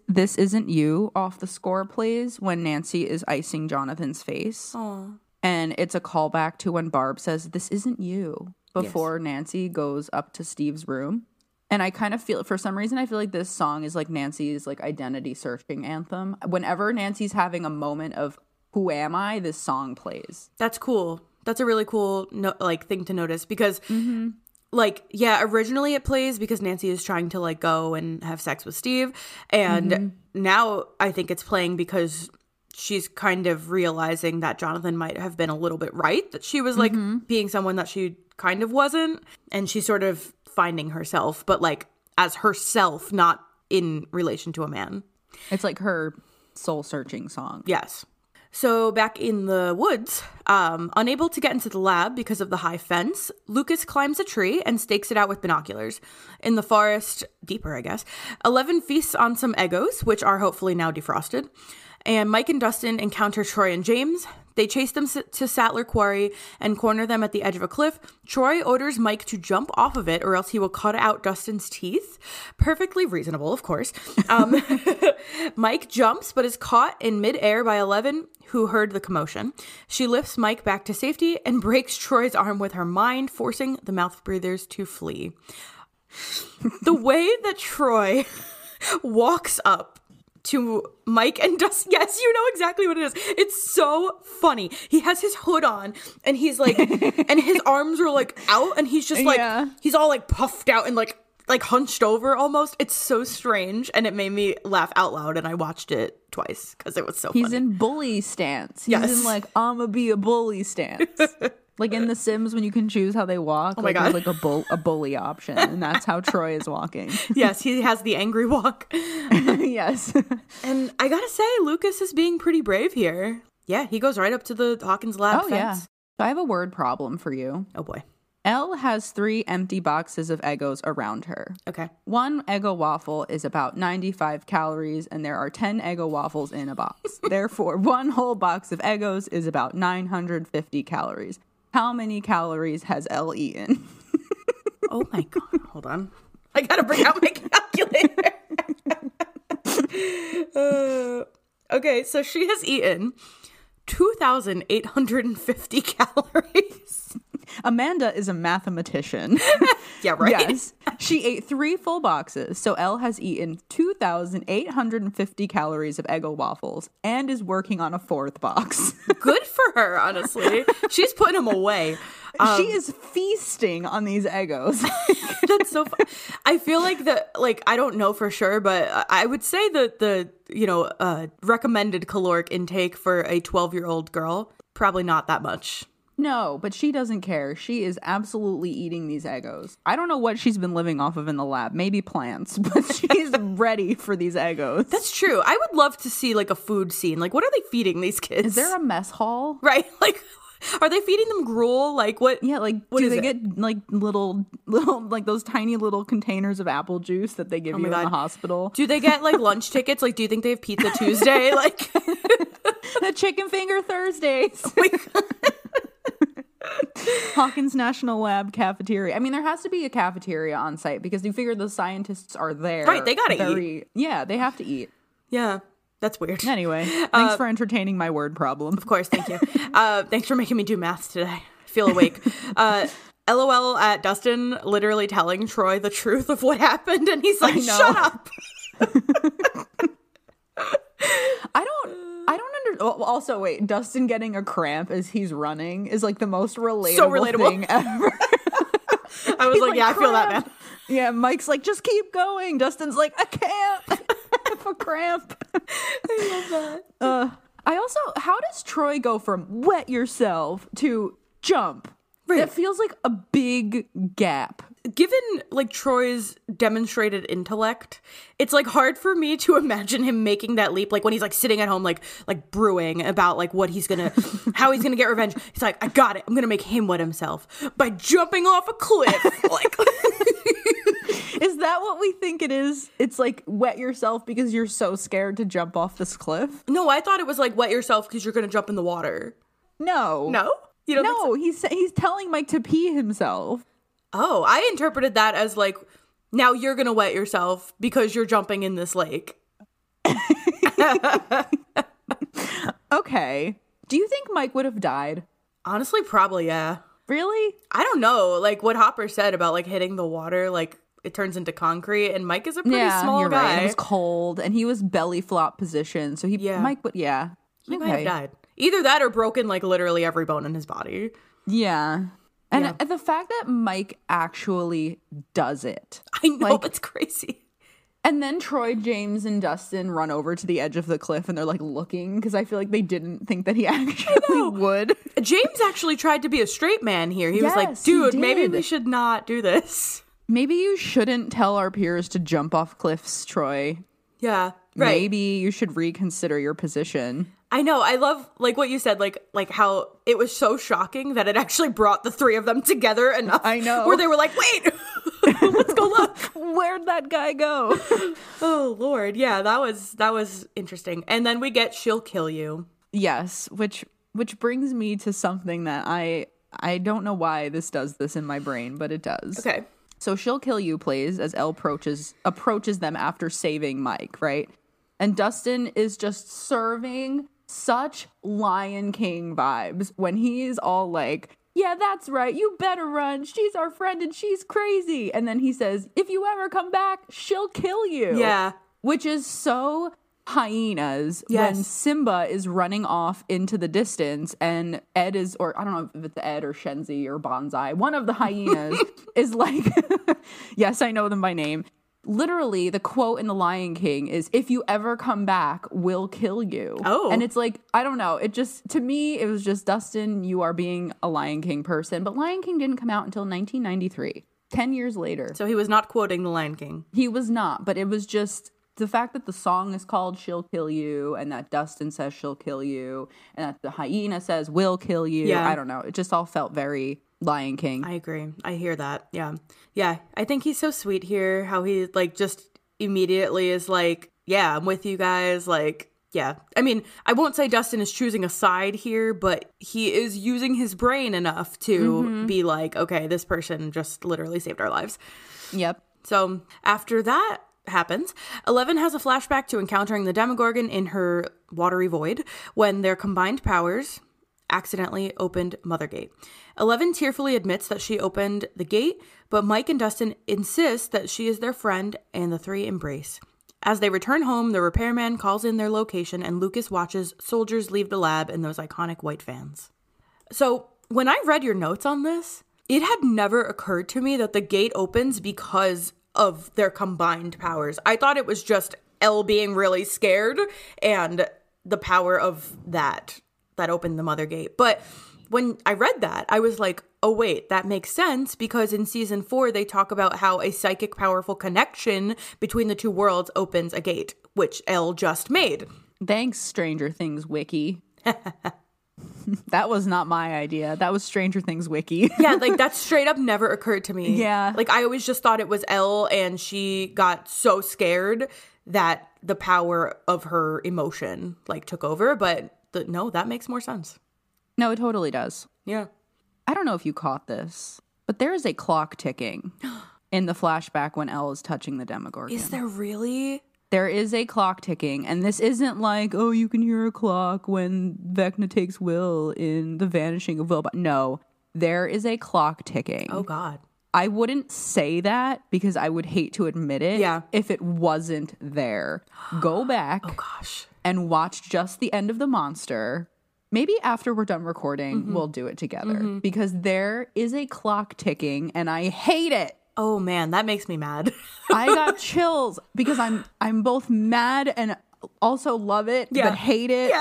Speaker 2: This Isn't You off the score plays when Nancy is icing Jonathan's face. And it's a callback to when Barb says, This isn't you, before Nancy goes up to Steve's room. And I kind of feel, for some reason, I feel like this song is like Nancy's like identity searching anthem. Whenever Nancy's having a moment of who am I, this song plays.
Speaker 1: That's cool. That's a really cool no- like thing to notice because like yeah, originally it plays because Nancy is trying to like go and have sex with Steve and now I think it's playing because she's kind of realizing that Jonathan might have been a little bit right that she was like being someone that she kind of wasn't and she's sort of finding herself but like as herself not in relation to a man.
Speaker 2: It's like her soul searching song.
Speaker 1: Yes. So back in the woods, um, unable to get into the lab because of the high fence, Lucas climbs a tree and stakes it out with binoculars. In the forest, deeper, I guess, Eleven feasts on some egos, which are hopefully now defrosted. And Mike and Dustin encounter Troy and James. They chase them s- to Sattler Quarry and corner them at the edge of a cliff. Troy orders Mike to jump off of it or else he will cut out Dustin's teeth. Perfectly reasonable, of course. Um, Mike jumps but is caught in midair by Eleven, who heard the commotion. She lifts Mike back to safety and breaks Troy's arm with her mind, forcing the mouth breathers to flee. the way that Troy walks up to Mike and Dust. Yes, you know exactly what it is. It's so funny. He has his hood on and he's like, and his arms are like out and he's just like,
Speaker 2: Yeah.
Speaker 1: he's all like puffed out and like, like hunched over almost. It's so strange and it made me laugh out loud and I watched it twice because it was so
Speaker 2: He's
Speaker 1: funny.
Speaker 2: in bully stance. He's
Speaker 1: Yes.
Speaker 2: in like I'ma be a bully stance. like in The Sims when you can choose how they walk. Oh
Speaker 1: my
Speaker 2: like, there's,
Speaker 1: God.
Speaker 2: like a bull a bully option, and that's how Troy is walking.
Speaker 1: yes, he has the angry walk.
Speaker 2: yes.
Speaker 1: And I gotta say, Lucas is being pretty brave here. Yeah, he goes right up to the Hawkins lab
Speaker 2: Oh yeah.
Speaker 1: fence.
Speaker 2: So I have a word problem for you.
Speaker 1: Oh boy.
Speaker 2: Elle has three empty boxes of Egos around her.
Speaker 1: Okay.
Speaker 2: One Eggo waffle is about 95 calories, and there are 10 Eggo waffles in a box. Therefore, one whole box of Eggos is about 950 calories. How many calories has Elle eaten?
Speaker 1: Oh my god, hold on. I gotta bring out my calculator. Uh, okay, so she has eaten 2,850 calories.
Speaker 2: Amanda is a mathematician.
Speaker 1: Yeah, right.
Speaker 2: Yes. She ate three full boxes, so Elle has eaten 2,850 calories of Eggo waffles and is working on a fourth box.
Speaker 1: Good for her, honestly. She's putting them away.
Speaker 2: she is feasting on these Eggos.
Speaker 1: That's so. Fun. I feel like the like I don't know for sure, but I- I would say that the you know uh, recommended caloric intake for a twelve year old girl probably not that much.
Speaker 2: no, but she doesn't care. She is absolutely eating these Eggos. I don't know what she's been living off of in the lab. Maybe plants, but she's ready for these Eggos.
Speaker 1: That's true. I would love to see like a food scene. Like, what are they feeding these kids?
Speaker 2: Is there a mess hall?
Speaker 1: right? Like, are they feeding them gruel? Like, what?
Speaker 2: Yeah, like
Speaker 1: What
Speaker 2: do
Speaker 1: is
Speaker 2: they
Speaker 1: it?
Speaker 2: get like little little like those tiny little containers of apple juice that they give you in
Speaker 1: God.
Speaker 2: the hospital?
Speaker 1: Do they get like lunch tickets? Like, do you think they have pizza Tuesday? Like,
Speaker 2: the chicken finger Thursdays. Hawkins National Lab cafeteria. I mean, there has to be a cafeteria on site because you figure the scientists are there.
Speaker 1: Right, they gotta
Speaker 2: eat. Yeah, they have to eat.
Speaker 1: yeah, that's weird.
Speaker 2: Anyway, thanks for entertaining my word problem.
Speaker 1: Of course, thank you. uh, thanks for making me do math today. I feel awake. Uh, LOL at Dustin literally telling Troy the truth of what happened, and he's like,
Speaker 2: know.
Speaker 1: "Shut up."
Speaker 2: I don't. I don't under. well, Also, wait. Dustin getting a cramp as he's running is like the most relatable,
Speaker 1: relatable.
Speaker 2: thing ever.
Speaker 1: I was like, "Yeah, I feel that, man."
Speaker 2: "Cramp." Yeah, Mike's like, just keep going. Dustin's like, I can't. I have a cramp. I love that. Uh, I also, how does Troy go from wet yourself to jump?
Speaker 1: Right.
Speaker 2: That feels like a big gap.
Speaker 1: Given like Troy's demonstrated intellect, it's like hard for me to imagine him making that leap. Like when he's like sitting at home, like like brewing about like what he's gonna, how he's gonna get revenge. He's like, "I got it. I'm gonna make him wet himself by jumping off a cliff." like.
Speaker 2: Is that what we think it is? It's like wet yourself because you're so scared to jump off this cliff?
Speaker 1: No, I thought it was like wet yourself because you're gonna jump in the water.
Speaker 2: No.
Speaker 1: No, you don't. think so?
Speaker 2: No, he's he's telling Mike to pee himself.
Speaker 1: Oh, I interpreted that as like now you're gonna wet yourself because you're jumping in this lake.
Speaker 2: Okay. Do you think Mike would have died?
Speaker 1: Honestly, probably yeah.
Speaker 2: Really?
Speaker 1: I don't know. Like what Hopper said about like hitting the water, like it turns into concrete, and Mike is a pretty small
Speaker 2: you're
Speaker 1: guy.
Speaker 2: Right. It was cold, and he was belly flop position. So he,
Speaker 1: Yeah.
Speaker 2: Mike, would yeah,
Speaker 1: He might have died. Either that or broken like literally every bone in his body.
Speaker 2: yeah. And
Speaker 1: Yeah.
Speaker 2: uh, the fact that Mike actually does it,
Speaker 1: I know
Speaker 2: Like-
Speaker 1: it's crazy.
Speaker 2: and then Troy, James, and Dustin run over to the edge of the cliff, and they're like looking because I feel like they didn't think that he actually would.
Speaker 1: James actually tried to be a straight man here. He was like,
Speaker 2: Yes, he
Speaker 1: dude, maybe
Speaker 2: did.
Speaker 1: we should not do this.
Speaker 2: Maybe you shouldn't tell our peers to jump off cliffs, Troy.
Speaker 1: Yeah. Right.
Speaker 2: Maybe you should reconsider your position.
Speaker 1: I know. I love like what you said, like like how it was so shocking that it actually brought the three of them together enough.
Speaker 2: I know.
Speaker 1: Where they were like, wait, let's go look.
Speaker 2: Where'd that guy go?
Speaker 1: Oh Lord, yeah, that was that was interesting. And then we get she'll kill you.
Speaker 2: Yes, which which brings me to something that I I don't know why this does this in my brain, but it does.
Speaker 1: Okay.
Speaker 2: So she'll kill you plays as Elle approaches approaches them after saving Mike, right? And Dustin is just serving such Lion King vibes when he's all like, "Yeah, that's right. You better run. She's our friend and she's crazy." And then he says, "If you ever come back, she'll kill you."
Speaker 1: Yeah.
Speaker 2: which is so hyenas when
Speaker 1: Yes.
Speaker 2: Simba is running off into the distance and Ed is or I don't know if it's Ed or Shenzi or Bonsai, one of the hyenas is like yes, I know them by name. Literally the quote in The Lion King is if you ever come back, we'll kill you.
Speaker 1: Oh.
Speaker 2: And it's like, I don't know. It just to me it was just Dustin, you are being a Lion King person. But Lion King didn't come out until 1993. 10 years later.
Speaker 1: So he was not quoting the Lion King.
Speaker 2: He was not, but it was just the fact that the song is called She'll Kill You and that Dustin says she'll kill you and that the hyena says will kill you.
Speaker 1: Yeah.
Speaker 2: I don't know. It just all felt very Lion King.
Speaker 1: I agree. I hear that. Yeah. Yeah. I think he's so sweet here, how he like just immediately is like, Yeah, I'm with you guys. Like, yeah. I mean, I won't say Dustin is choosing a side here, but he is using his brain enough to be like, Okay, this person just literally saved our lives.
Speaker 2: yep.
Speaker 1: So after that happens, Eleven has a flashback to encountering the Demogorgon in her watery void when their combined powers accidentally opened Mothergate. Eleven tearfully admits that she opened the gate, but Mike and Dustin insist that she is their friend, and the three embrace. As they return home, the repairman calls in their location, and Lucas watches soldiers leave the lab in those iconic white vans. So, when I read your notes on this, it had never occurred to me that the gate opens because of their combined powers. I thought it was just L being really scared and the power of that that opened the mother gate. But when I read that, I was like, oh, wait, that makes sense because in season four, they talk about how a psychic powerful connection between the two worlds opens a gate, which L just made.
Speaker 2: Thanks, Stranger Things Wiki. that was not my idea. That was Stranger Things Wiki.
Speaker 1: Yeah, like that straight up never occurred to me.
Speaker 2: Yeah.
Speaker 1: Like I always just thought it was L and she got so scared that the power of her emotion like took over, but the, no, that makes more sense.
Speaker 2: no, it totally does.
Speaker 1: Yeah.
Speaker 2: I don't know if you caught this, but there is a clock ticking in the flashback when Elle is touching the Demogorgon.
Speaker 1: Is there really?
Speaker 2: there is a clock ticking, and this isn't like, oh, you can hear a clock when Vecna takes Will in The Vanishing of Will. But no, there is a clock ticking.
Speaker 1: Oh God.
Speaker 2: I wouldn't say that because I would hate to admit it
Speaker 1: Yeah. Oh,
Speaker 2: if it wasn't there. Go back
Speaker 1: Gosh.
Speaker 2: and watch just the end of the monster. Maybe after we're done recording,
Speaker 1: Mm-hmm.
Speaker 2: we'll do it together because there is a clock ticking and I hate it.
Speaker 1: Oh man, that makes me mad.
Speaker 2: I got chills because I'm I'm both mad and also love it
Speaker 1: Yeah.
Speaker 2: but hate it.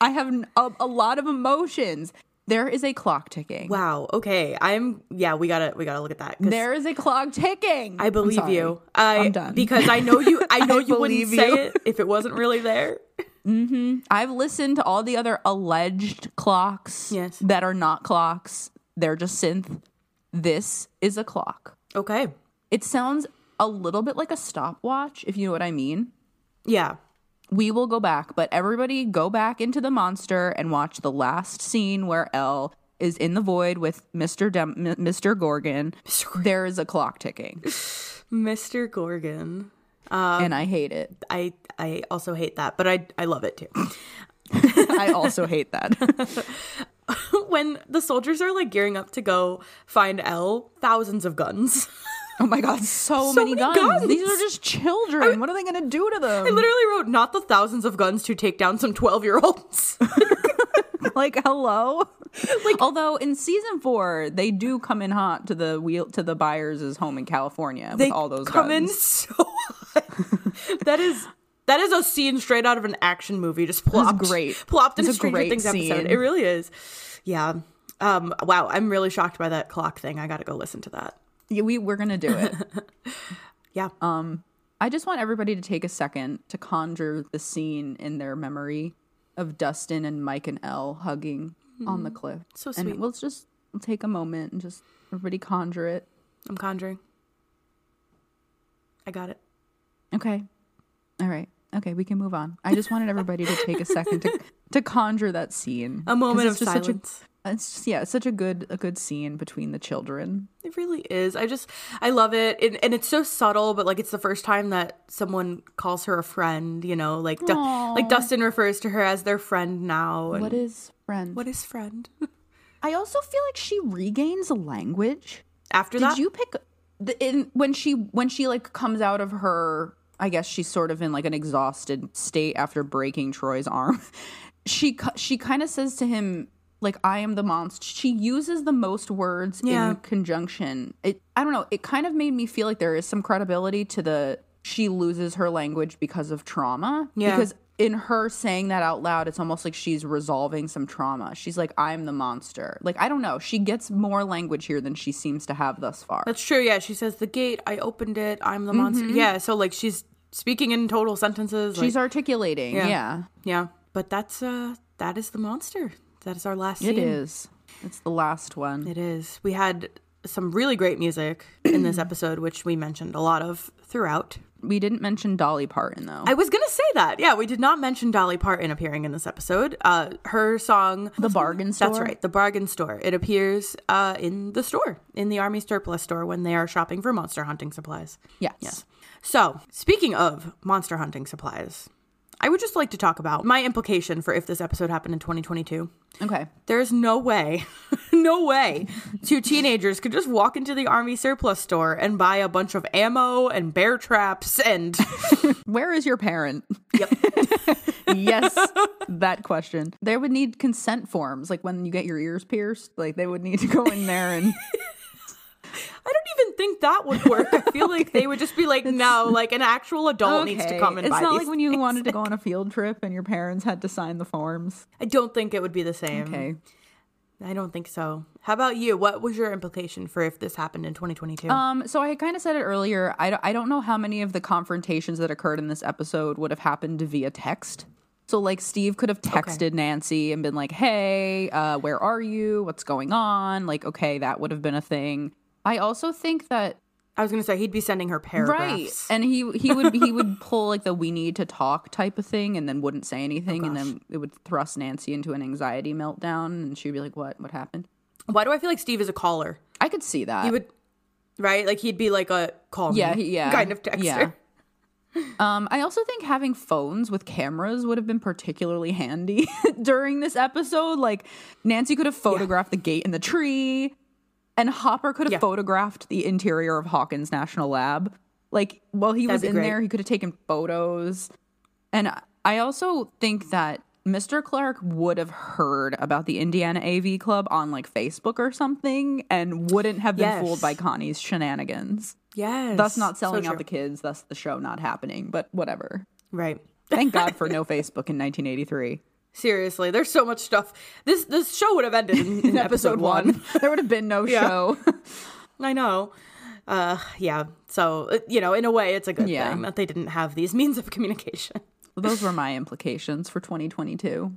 Speaker 2: I have n- a, a lot of emotions. There is a clock ticking.
Speaker 1: wow. Okay. I'm yeah, we gotta we gotta look at that. 'cause
Speaker 2: There is a clock ticking.
Speaker 1: I believe you. I
Speaker 2: I'm done.
Speaker 1: because I know you I know
Speaker 2: I
Speaker 1: you wouldn't
Speaker 2: believe
Speaker 1: say
Speaker 2: you.
Speaker 1: it if it wasn't really there.
Speaker 2: I've listened to all the other alleged clocks
Speaker 1: Yes.
Speaker 2: that are not clocks. They're just synth. This is a clock.
Speaker 1: Okay.
Speaker 2: It sounds a little bit like a stopwatch, if you know what I mean.
Speaker 1: Yeah.
Speaker 2: We will go back, but everybody go back into the monster and watch the last scene where Elle is in the void with Mr. Dem- M- Mr. Gorgon. There is a clock ticking,
Speaker 1: Mr. Gorgon.
Speaker 2: and I hate it.
Speaker 1: I I also hate that, but I I love it too.
Speaker 2: I also hate that.
Speaker 1: when the soldiers are like gearing up to go find L, thousands of guns.
Speaker 2: oh my god, so, many,
Speaker 1: many
Speaker 2: guns.
Speaker 1: guns.
Speaker 2: These are just children. what are they going to do to them?
Speaker 1: I literally wrote not the thousands of guns to take down some 12 year olds.
Speaker 2: like hello like although in season four they do come in hot to the wheel to the buyers' home in california with all those
Speaker 1: come in
Speaker 2: guns
Speaker 1: so hot. that is that is a scene straight out of an action movie just plopped
Speaker 2: great.
Speaker 1: plopped in
Speaker 2: It's
Speaker 1: a
Speaker 2: a
Speaker 1: Stranger
Speaker 2: great
Speaker 1: Things
Speaker 2: scene.
Speaker 1: episode. It really is. Yeah. Um wow, I'm really shocked by that clock thing. I got to go listen to that.
Speaker 2: yeah, we, we're gonna do it
Speaker 1: Yeah.
Speaker 2: Um, i just want everybody to take a second to conjure the scene in their memory of dustin and mike and elle hugging on the cliff
Speaker 1: So sweet.
Speaker 2: and we'll just we'll take a moment and just everybody conjure it
Speaker 1: I'm conjuring. I got it.
Speaker 2: okay all right okay we can move on i just wanted everybody to take a second to to conjure that scene
Speaker 1: A
Speaker 2: 'Cause
Speaker 1: moment
Speaker 2: it's
Speaker 1: of
Speaker 2: just such a-
Speaker 1: silence.
Speaker 2: It's just, yeah, it's such a good a good scene between the children.
Speaker 1: It really is. I just I love it, and, and it's so subtle. But like, it's the first time that someone calls her a friend. You know, like Du-
Speaker 2: Aw.
Speaker 1: like Dustin refers to her as their friend now. And
Speaker 2: What is friend?
Speaker 1: what is friend?
Speaker 2: I also feel like she regains language.
Speaker 1: After
Speaker 2: Did
Speaker 1: that,
Speaker 2: you pick the, in when she when she like comes out of her? I guess she's sort of in like an exhausted state after breaking Troy's arm. She cu- she kind of says to him like I am the monster. She uses the most words
Speaker 1: Yeah.
Speaker 2: in conjunction. It I don't know. It kind of made me feel like there is some credibility to the she loses her language because of trauma.
Speaker 1: Yeah.
Speaker 2: Because in her saying that out loud, it's almost like she's resolving some trauma. She's like, I'm the monster. Like, I don't know. She gets more language here than she seems to have thus far.
Speaker 1: that's true. Yeah, she says the gate. I opened it. I'm the monster. Yeah. So like, she's speaking in total sentences.
Speaker 2: Mm-hmm. she's
Speaker 1: like,
Speaker 2: articulating.
Speaker 1: Yeah.
Speaker 2: Yeah.
Speaker 1: yeah. But that's uh that is the monster. That is our last scene.
Speaker 2: It is. It's the last one.
Speaker 1: It is. We had some really great music in this episode, which we mentioned a lot of throughout.
Speaker 2: We didn't mention Dolly Parton, though.
Speaker 1: I was gonna say that. Yeah, we did not mention Dolly Parton appearing in this episode. Uh, her song,
Speaker 2: the bargain store.
Speaker 1: That's right, the bargain store. It appears uh, in the store, in the Army surplus store, when they are shopping for monster hunting supplies.
Speaker 2: Yes.
Speaker 1: So, speaking of monster hunting supplies, I would just like to talk about my implication for if this episode happened in 2022.
Speaker 2: Okay.
Speaker 1: There's no way, no way two teenagers could just walk into the army surplus store and buy a bunch of ammo and bear traps and
Speaker 2: Where is your parent? Yep. yes, that question. They would need consent forms, like when you get your ears pierced, like they would need to go in there and
Speaker 1: I don't even think that would work. I feel like they would just be like, no, like an actual adult needs to
Speaker 2: Okay.
Speaker 1: come and
Speaker 2: It's
Speaker 1: buy
Speaker 2: not
Speaker 1: these.
Speaker 2: like when you wanted to go on a field trip and your parents had to sign the forms.
Speaker 1: I don't think it would be the same.
Speaker 2: Okay.
Speaker 1: I don't think so. How about you? What was your implication for if this happened in 2022?
Speaker 2: Um, so I kind of said it earlier. I, d- I don't know how many of the confrontations that occurred in this episode would have happened via text. So like Steve could have texted Nancy and been like, "Hey, uh, where are you? What's going on?" Like, okay, that would have been a thing. I also think that
Speaker 1: I was going to say he'd be sending her paragraphs.
Speaker 2: right, and he he would he would pull like the "we need to talk" type of thing, and then wouldn't say anything, and then it would thrust Nancy into an anxiety meltdown, and she'd be like, "What? What happened?"
Speaker 1: Why do I feel like Steve is a caller?
Speaker 2: I could see that.
Speaker 1: He would, right? Like he'd be like a call me
Speaker 2: Yeah, he- yeah.
Speaker 1: kind of texter.
Speaker 2: Yeah. Um, I also think having phones with cameras would have been particularly handy during this episode. Like Nancy could have photographed the gate in the tree, and Hopper could have
Speaker 1: Yeah.
Speaker 2: photographed the interior of Hawkins National Lab. Like while he was
Speaker 1: be
Speaker 2: in
Speaker 1: great.
Speaker 2: there, he could have taken photos. And I also think that Mr. Clark would have heard about the Indiana AV Club on like Facebook or something, and wouldn't have been
Speaker 1: Yes.
Speaker 2: fooled by Connie's shenanigans.
Speaker 1: Yes.
Speaker 2: Thus, not
Speaker 1: So
Speaker 2: selling out
Speaker 1: true.
Speaker 2: the kids. Thus, the show not happening. But whatever.
Speaker 1: Right.
Speaker 2: Thank God for no Facebook in 1983.
Speaker 1: Seriously, there's so much stuff. This this show would have ended in, in episode one.
Speaker 2: there would have been no show.
Speaker 1: I know. Uh, yeah. So uh, you know, in a way, it's a good
Speaker 2: Yeah.
Speaker 1: thing that they didn't have these means of communication.
Speaker 2: Those were my implications for 2022.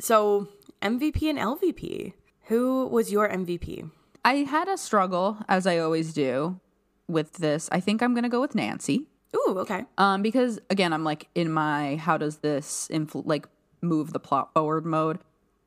Speaker 1: So MVP and LVP. Who was your MVP?
Speaker 2: I had a struggle, as I always do, with this. I think I'm going to go with Nancy.
Speaker 1: Ooh, okay.
Speaker 2: Um, because again, I'm like in my how does this infl- like move the plot forward mode.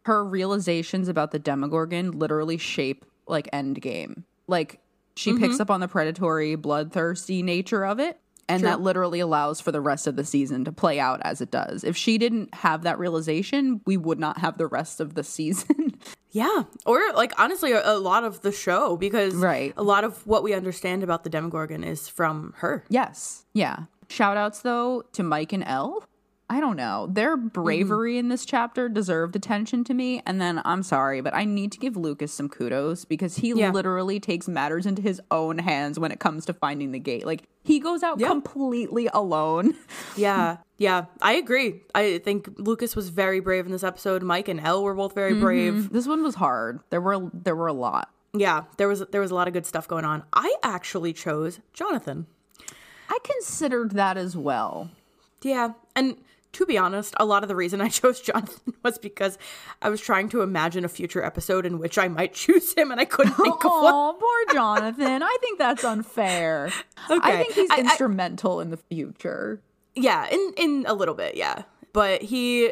Speaker 2: Her realizations about the Demogorgon literally shape like Endgame. Like she picks up on the predatory, bloodthirsty nature of it, and that literally allows for the rest of the season to play out as it does. If she didn't have that realization, we would not have the rest of the season.
Speaker 1: Yeah, or like honestly, a, a lot of the show because
Speaker 2: Right.
Speaker 1: a lot of what we understand about the Demogorgon is from her.
Speaker 2: Yes. Yeah. Shout outs though to Mike and Elle. I don't know. Their
Speaker 1: Mm-hmm.
Speaker 2: bravery in this chapter deserved attention to me. And then I'm sorry, but I need to give Lucas some kudos because he
Speaker 1: Yeah.
Speaker 2: literally takes matters into his own hands when it comes to finding the gate. Like he goes out completely alone.
Speaker 1: Yeah, yeah, I agree. I think Lucas was very brave in this episode. Mike and Elle were both very brave.
Speaker 2: This one was hard. There were there were a lot.
Speaker 1: Yeah, there was there was a lot of good stuff going on. I actually chose Jonathan.
Speaker 2: I considered that as well.
Speaker 1: Yeah, and to be honest, a lot of the reason I chose Jonathan was because I was trying to imagine a future episode in which I might choose him, and I couldn't think of one.
Speaker 2: Oh, poor Jonathan. I think that's unfair. I
Speaker 1: Okay.
Speaker 2: think he's
Speaker 1: I- I-
Speaker 2: instrumental in the future.
Speaker 1: Yeah, in in a little bit, yeah. But he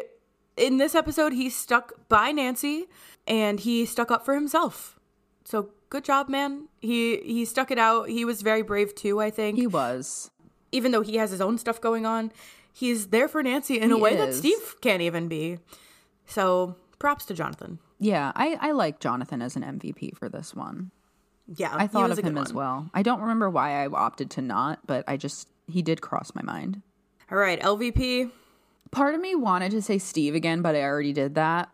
Speaker 1: in this episode he stuck by Nancy and he stuck up for himself. So good job, man. He he stuck it out. He was very brave too, I think.
Speaker 2: He was.
Speaker 1: Even though he has his own stuff going on, he's there for Nancy in a
Speaker 2: He
Speaker 1: way that
Speaker 2: is.
Speaker 1: Steve can't even be. So props to Jonathan.
Speaker 2: Yeah, I, I like Jonathan as an MVP for this one.
Speaker 1: Yeah.
Speaker 2: I thought of him as well. I don't remember why I opted to not, but I just he did cross my mind.
Speaker 1: All right, LVP.
Speaker 2: Part of me wanted to say Steve again, but I already did that.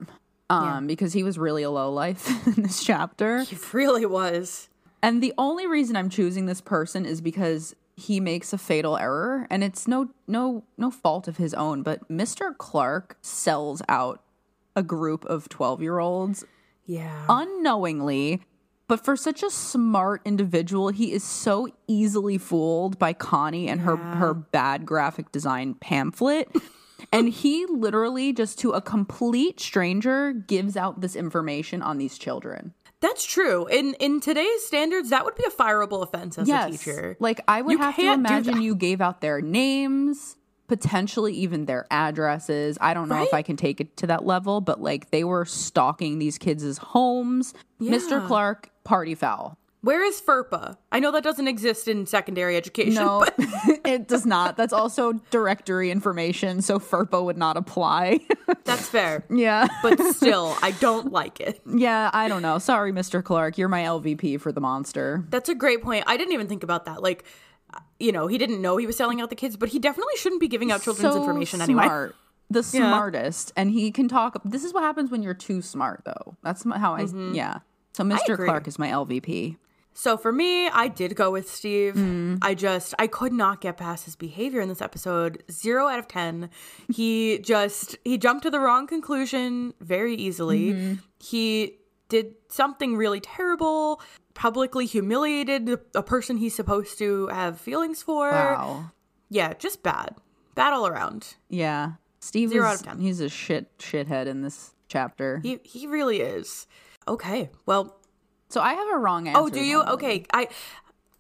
Speaker 2: Um, because he was really a low life in this chapter.
Speaker 1: He really was.
Speaker 2: And the only reason I'm choosing this person is because he makes a fatal error and it's no no no fault of his own, but Mr. Clark sells out a group of 12-year-olds
Speaker 1: Yeah.
Speaker 2: Uh, unknowingly, but for such a smart individual, he is so easily fooled by Connie and her her bad graphic design pamphlet. and he literally just to a complete stranger gives out this information on these children.
Speaker 1: That's true. In in today's standards, that would be a fireable offense as a teacher.
Speaker 2: Like I would
Speaker 1: You
Speaker 2: have to
Speaker 1: can't do
Speaker 2: imagine
Speaker 1: that.
Speaker 2: you gave out their names, potentially even their addresses. I don't know if I can take it to that level, but like they were stalking these kids' homes. Mr. Clark, party foul.
Speaker 1: Where is FERPA? I know that doesn't exist in secondary education.
Speaker 2: No,
Speaker 1: but-
Speaker 2: it does not. That's also directory information, so FERPA would not apply.
Speaker 1: that's fair.
Speaker 2: yeah.
Speaker 1: But still, I don't like it.
Speaker 2: yeah, I don't know. Sorry, Mr. Clark. You're my LVP for the monster.
Speaker 1: That's a great point. I didn't even think about that. Like, you know, he didn't know he was selling out the kids, but he definitely shouldn't be giving out children's
Speaker 2: So
Speaker 1: information anyway.
Speaker 2: smart. The smartest. And he can talk. This is what happens when you're too smart, though. That's my- how I,
Speaker 1: Mm-hmm.
Speaker 2: yeah. So Mr.
Speaker 1: agree.
Speaker 2: Clark is my LVP.
Speaker 1: So for me, I did go with Steve. I just I could not get past his behavior in this episode. 0 out of 10. He just he jumped to the wrong conclusion very easily. He did something really terrible, publicly humiliated a person he's supposed to have feelings for.
Speaker 2: Uh, Wow.
Speaker 1: Yeah, just bad. Bad all around.
Speaker 2: Yeah. Steve
Speaker 1: Zero
Speaker 2: is,
Speaker 1: out of ten.
Speaker 2: he's a shit shithead in this chapter.
Speaker 1: He he really is. Okay. Well,
Speaker 2: so I have a wrong answer.
Speaker 1: oh, do you?
Speaker 2: normally.
Speaker 1: Okay. I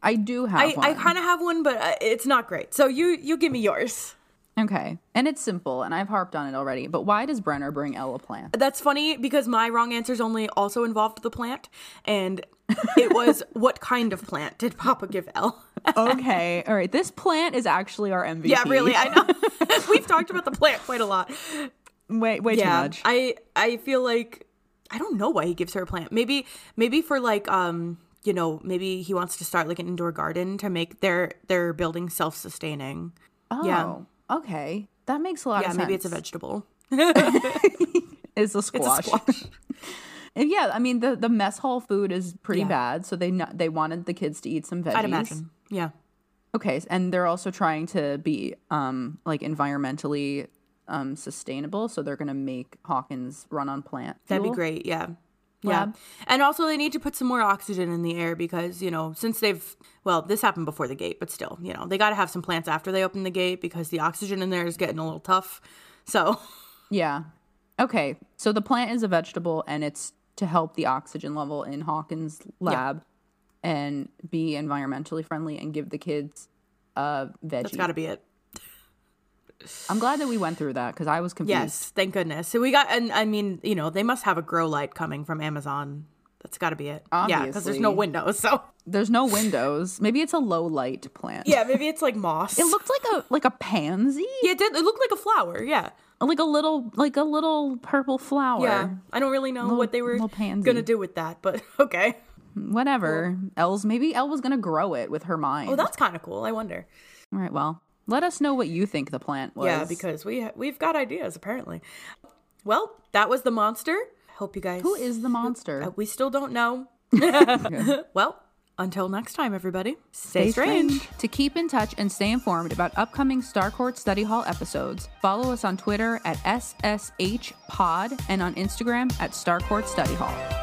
Speaker 2: I do have
Speaker 1: I,
Speaker 2: one.
Speaker 1: I kind of have one, but uh, it's not great. So you you give me yours.
Speaker 2: Okay. And it's simple, and I've harped on it already, but why does Brenner bring Ella plant?
Speaker 1: That's funny because my wrong answers only also involved the plant, and it was what kind of plant did Papa give L?
Speaker 2: okay. All right. This plant is actually our MVP.
Speaker 1: Yeah, really, I know. We've talked about the plant quite a lot.
Speaker 2: way, way
Speaker 1: Yeah,
Speaker 2: too much.
Speaker 1: I I feel like I don't know why he gives her a plant. Maybe maybe for like um you know maybe he wants to start like an indoor garden to make their their building self sustaining.
Speaker 2: oh,
Speaker 1: yeah.
Speaker 2: okay. That makes a lot
Speaker 1: Yeah,
Speaker 2: of sense.
Speaker 1: maybe it's a vegetable.
Speaker 2: It's a
Speaker 1: It's
Speaker 2: squash.
Speaker 1: a squash.
Speaker 2: And yeah, I mean, the, the mess hall food is pretty
Speaker 1: Yeah.
Speaker 2: bad, so they not, they wanted the kids to eat some veggies.
Speaker 1: I'd imagine. Yeah.
Speaker 2: Okay, s- and they're also trying to be um like environmentally um sustainable, so they're gonna make Hawkins run on plant.
Speaker 1: That'd be
Speaker 2: fuel.
Speaker 1: great. Yeah. Yeah.
Speaker 2: Yeah.
Speaker 1: And also, they need to put some more oxygen in the air because, you know, since they've, well, this happened before the gate, but still, you know, they got to have some plants after they open the gate because the oxygen in there is getting a little tough. So,
Speaker 2: Yeah. Okay, so the plant is a vegetable, and it's to help the oxygen level in Hawkins' lab, and be environmentally friendly, and give the kids uh
Speaker 1: that's
Speaker 2: veggies.
Speaker 1: got to be it.
Speaker 2: I'm glad that we went through that because I was confused.
Speaker 1: Yes. Thank goodness. So, we got, and I mean, you know, they must have a grow light coming from Amazon. That's got to be it. Yeah. Because there's no
Speaker 2: Obviously.
Speaker 1: windows. So,
Speaker 2: There's no windows. Maybe it's a low light plant.
Speaker 1: yeah, maybe it's like moss.
Speaker 2: It looked like a like a pansy,
Speaker 1: yeah, it, did, it looked like a flower. Yeah.
Speaker 2: like a little like a little purple flower.
Speaker 1: Yeah. I don't really know what they were
Speaker 2: little pansy.
Speaker 1: going to do with that, but okay.
Speaker 2: Whatever. Elle's maybe Elle was gonna grow it with her mind.
Speaker 1: Well, that's kind of cool. I wonder.
Speaker 2: All right. Well, let us know what you think the plant was.
Speaker 1: Yeah, because we ha- we've got ideas apparently. Well, that was the monster. Hope you guys.
Speaker 2: who is the monster?
Speaker 1: Uh, we still don't know. well, until next time, everybody. Stay, strange.
Speaker 2: To keep in touch and stay informed about upcoming Star Court Study Hall episodes, follow us on Twitter at SSH Pod and on Instagram at Star Court Study Hall.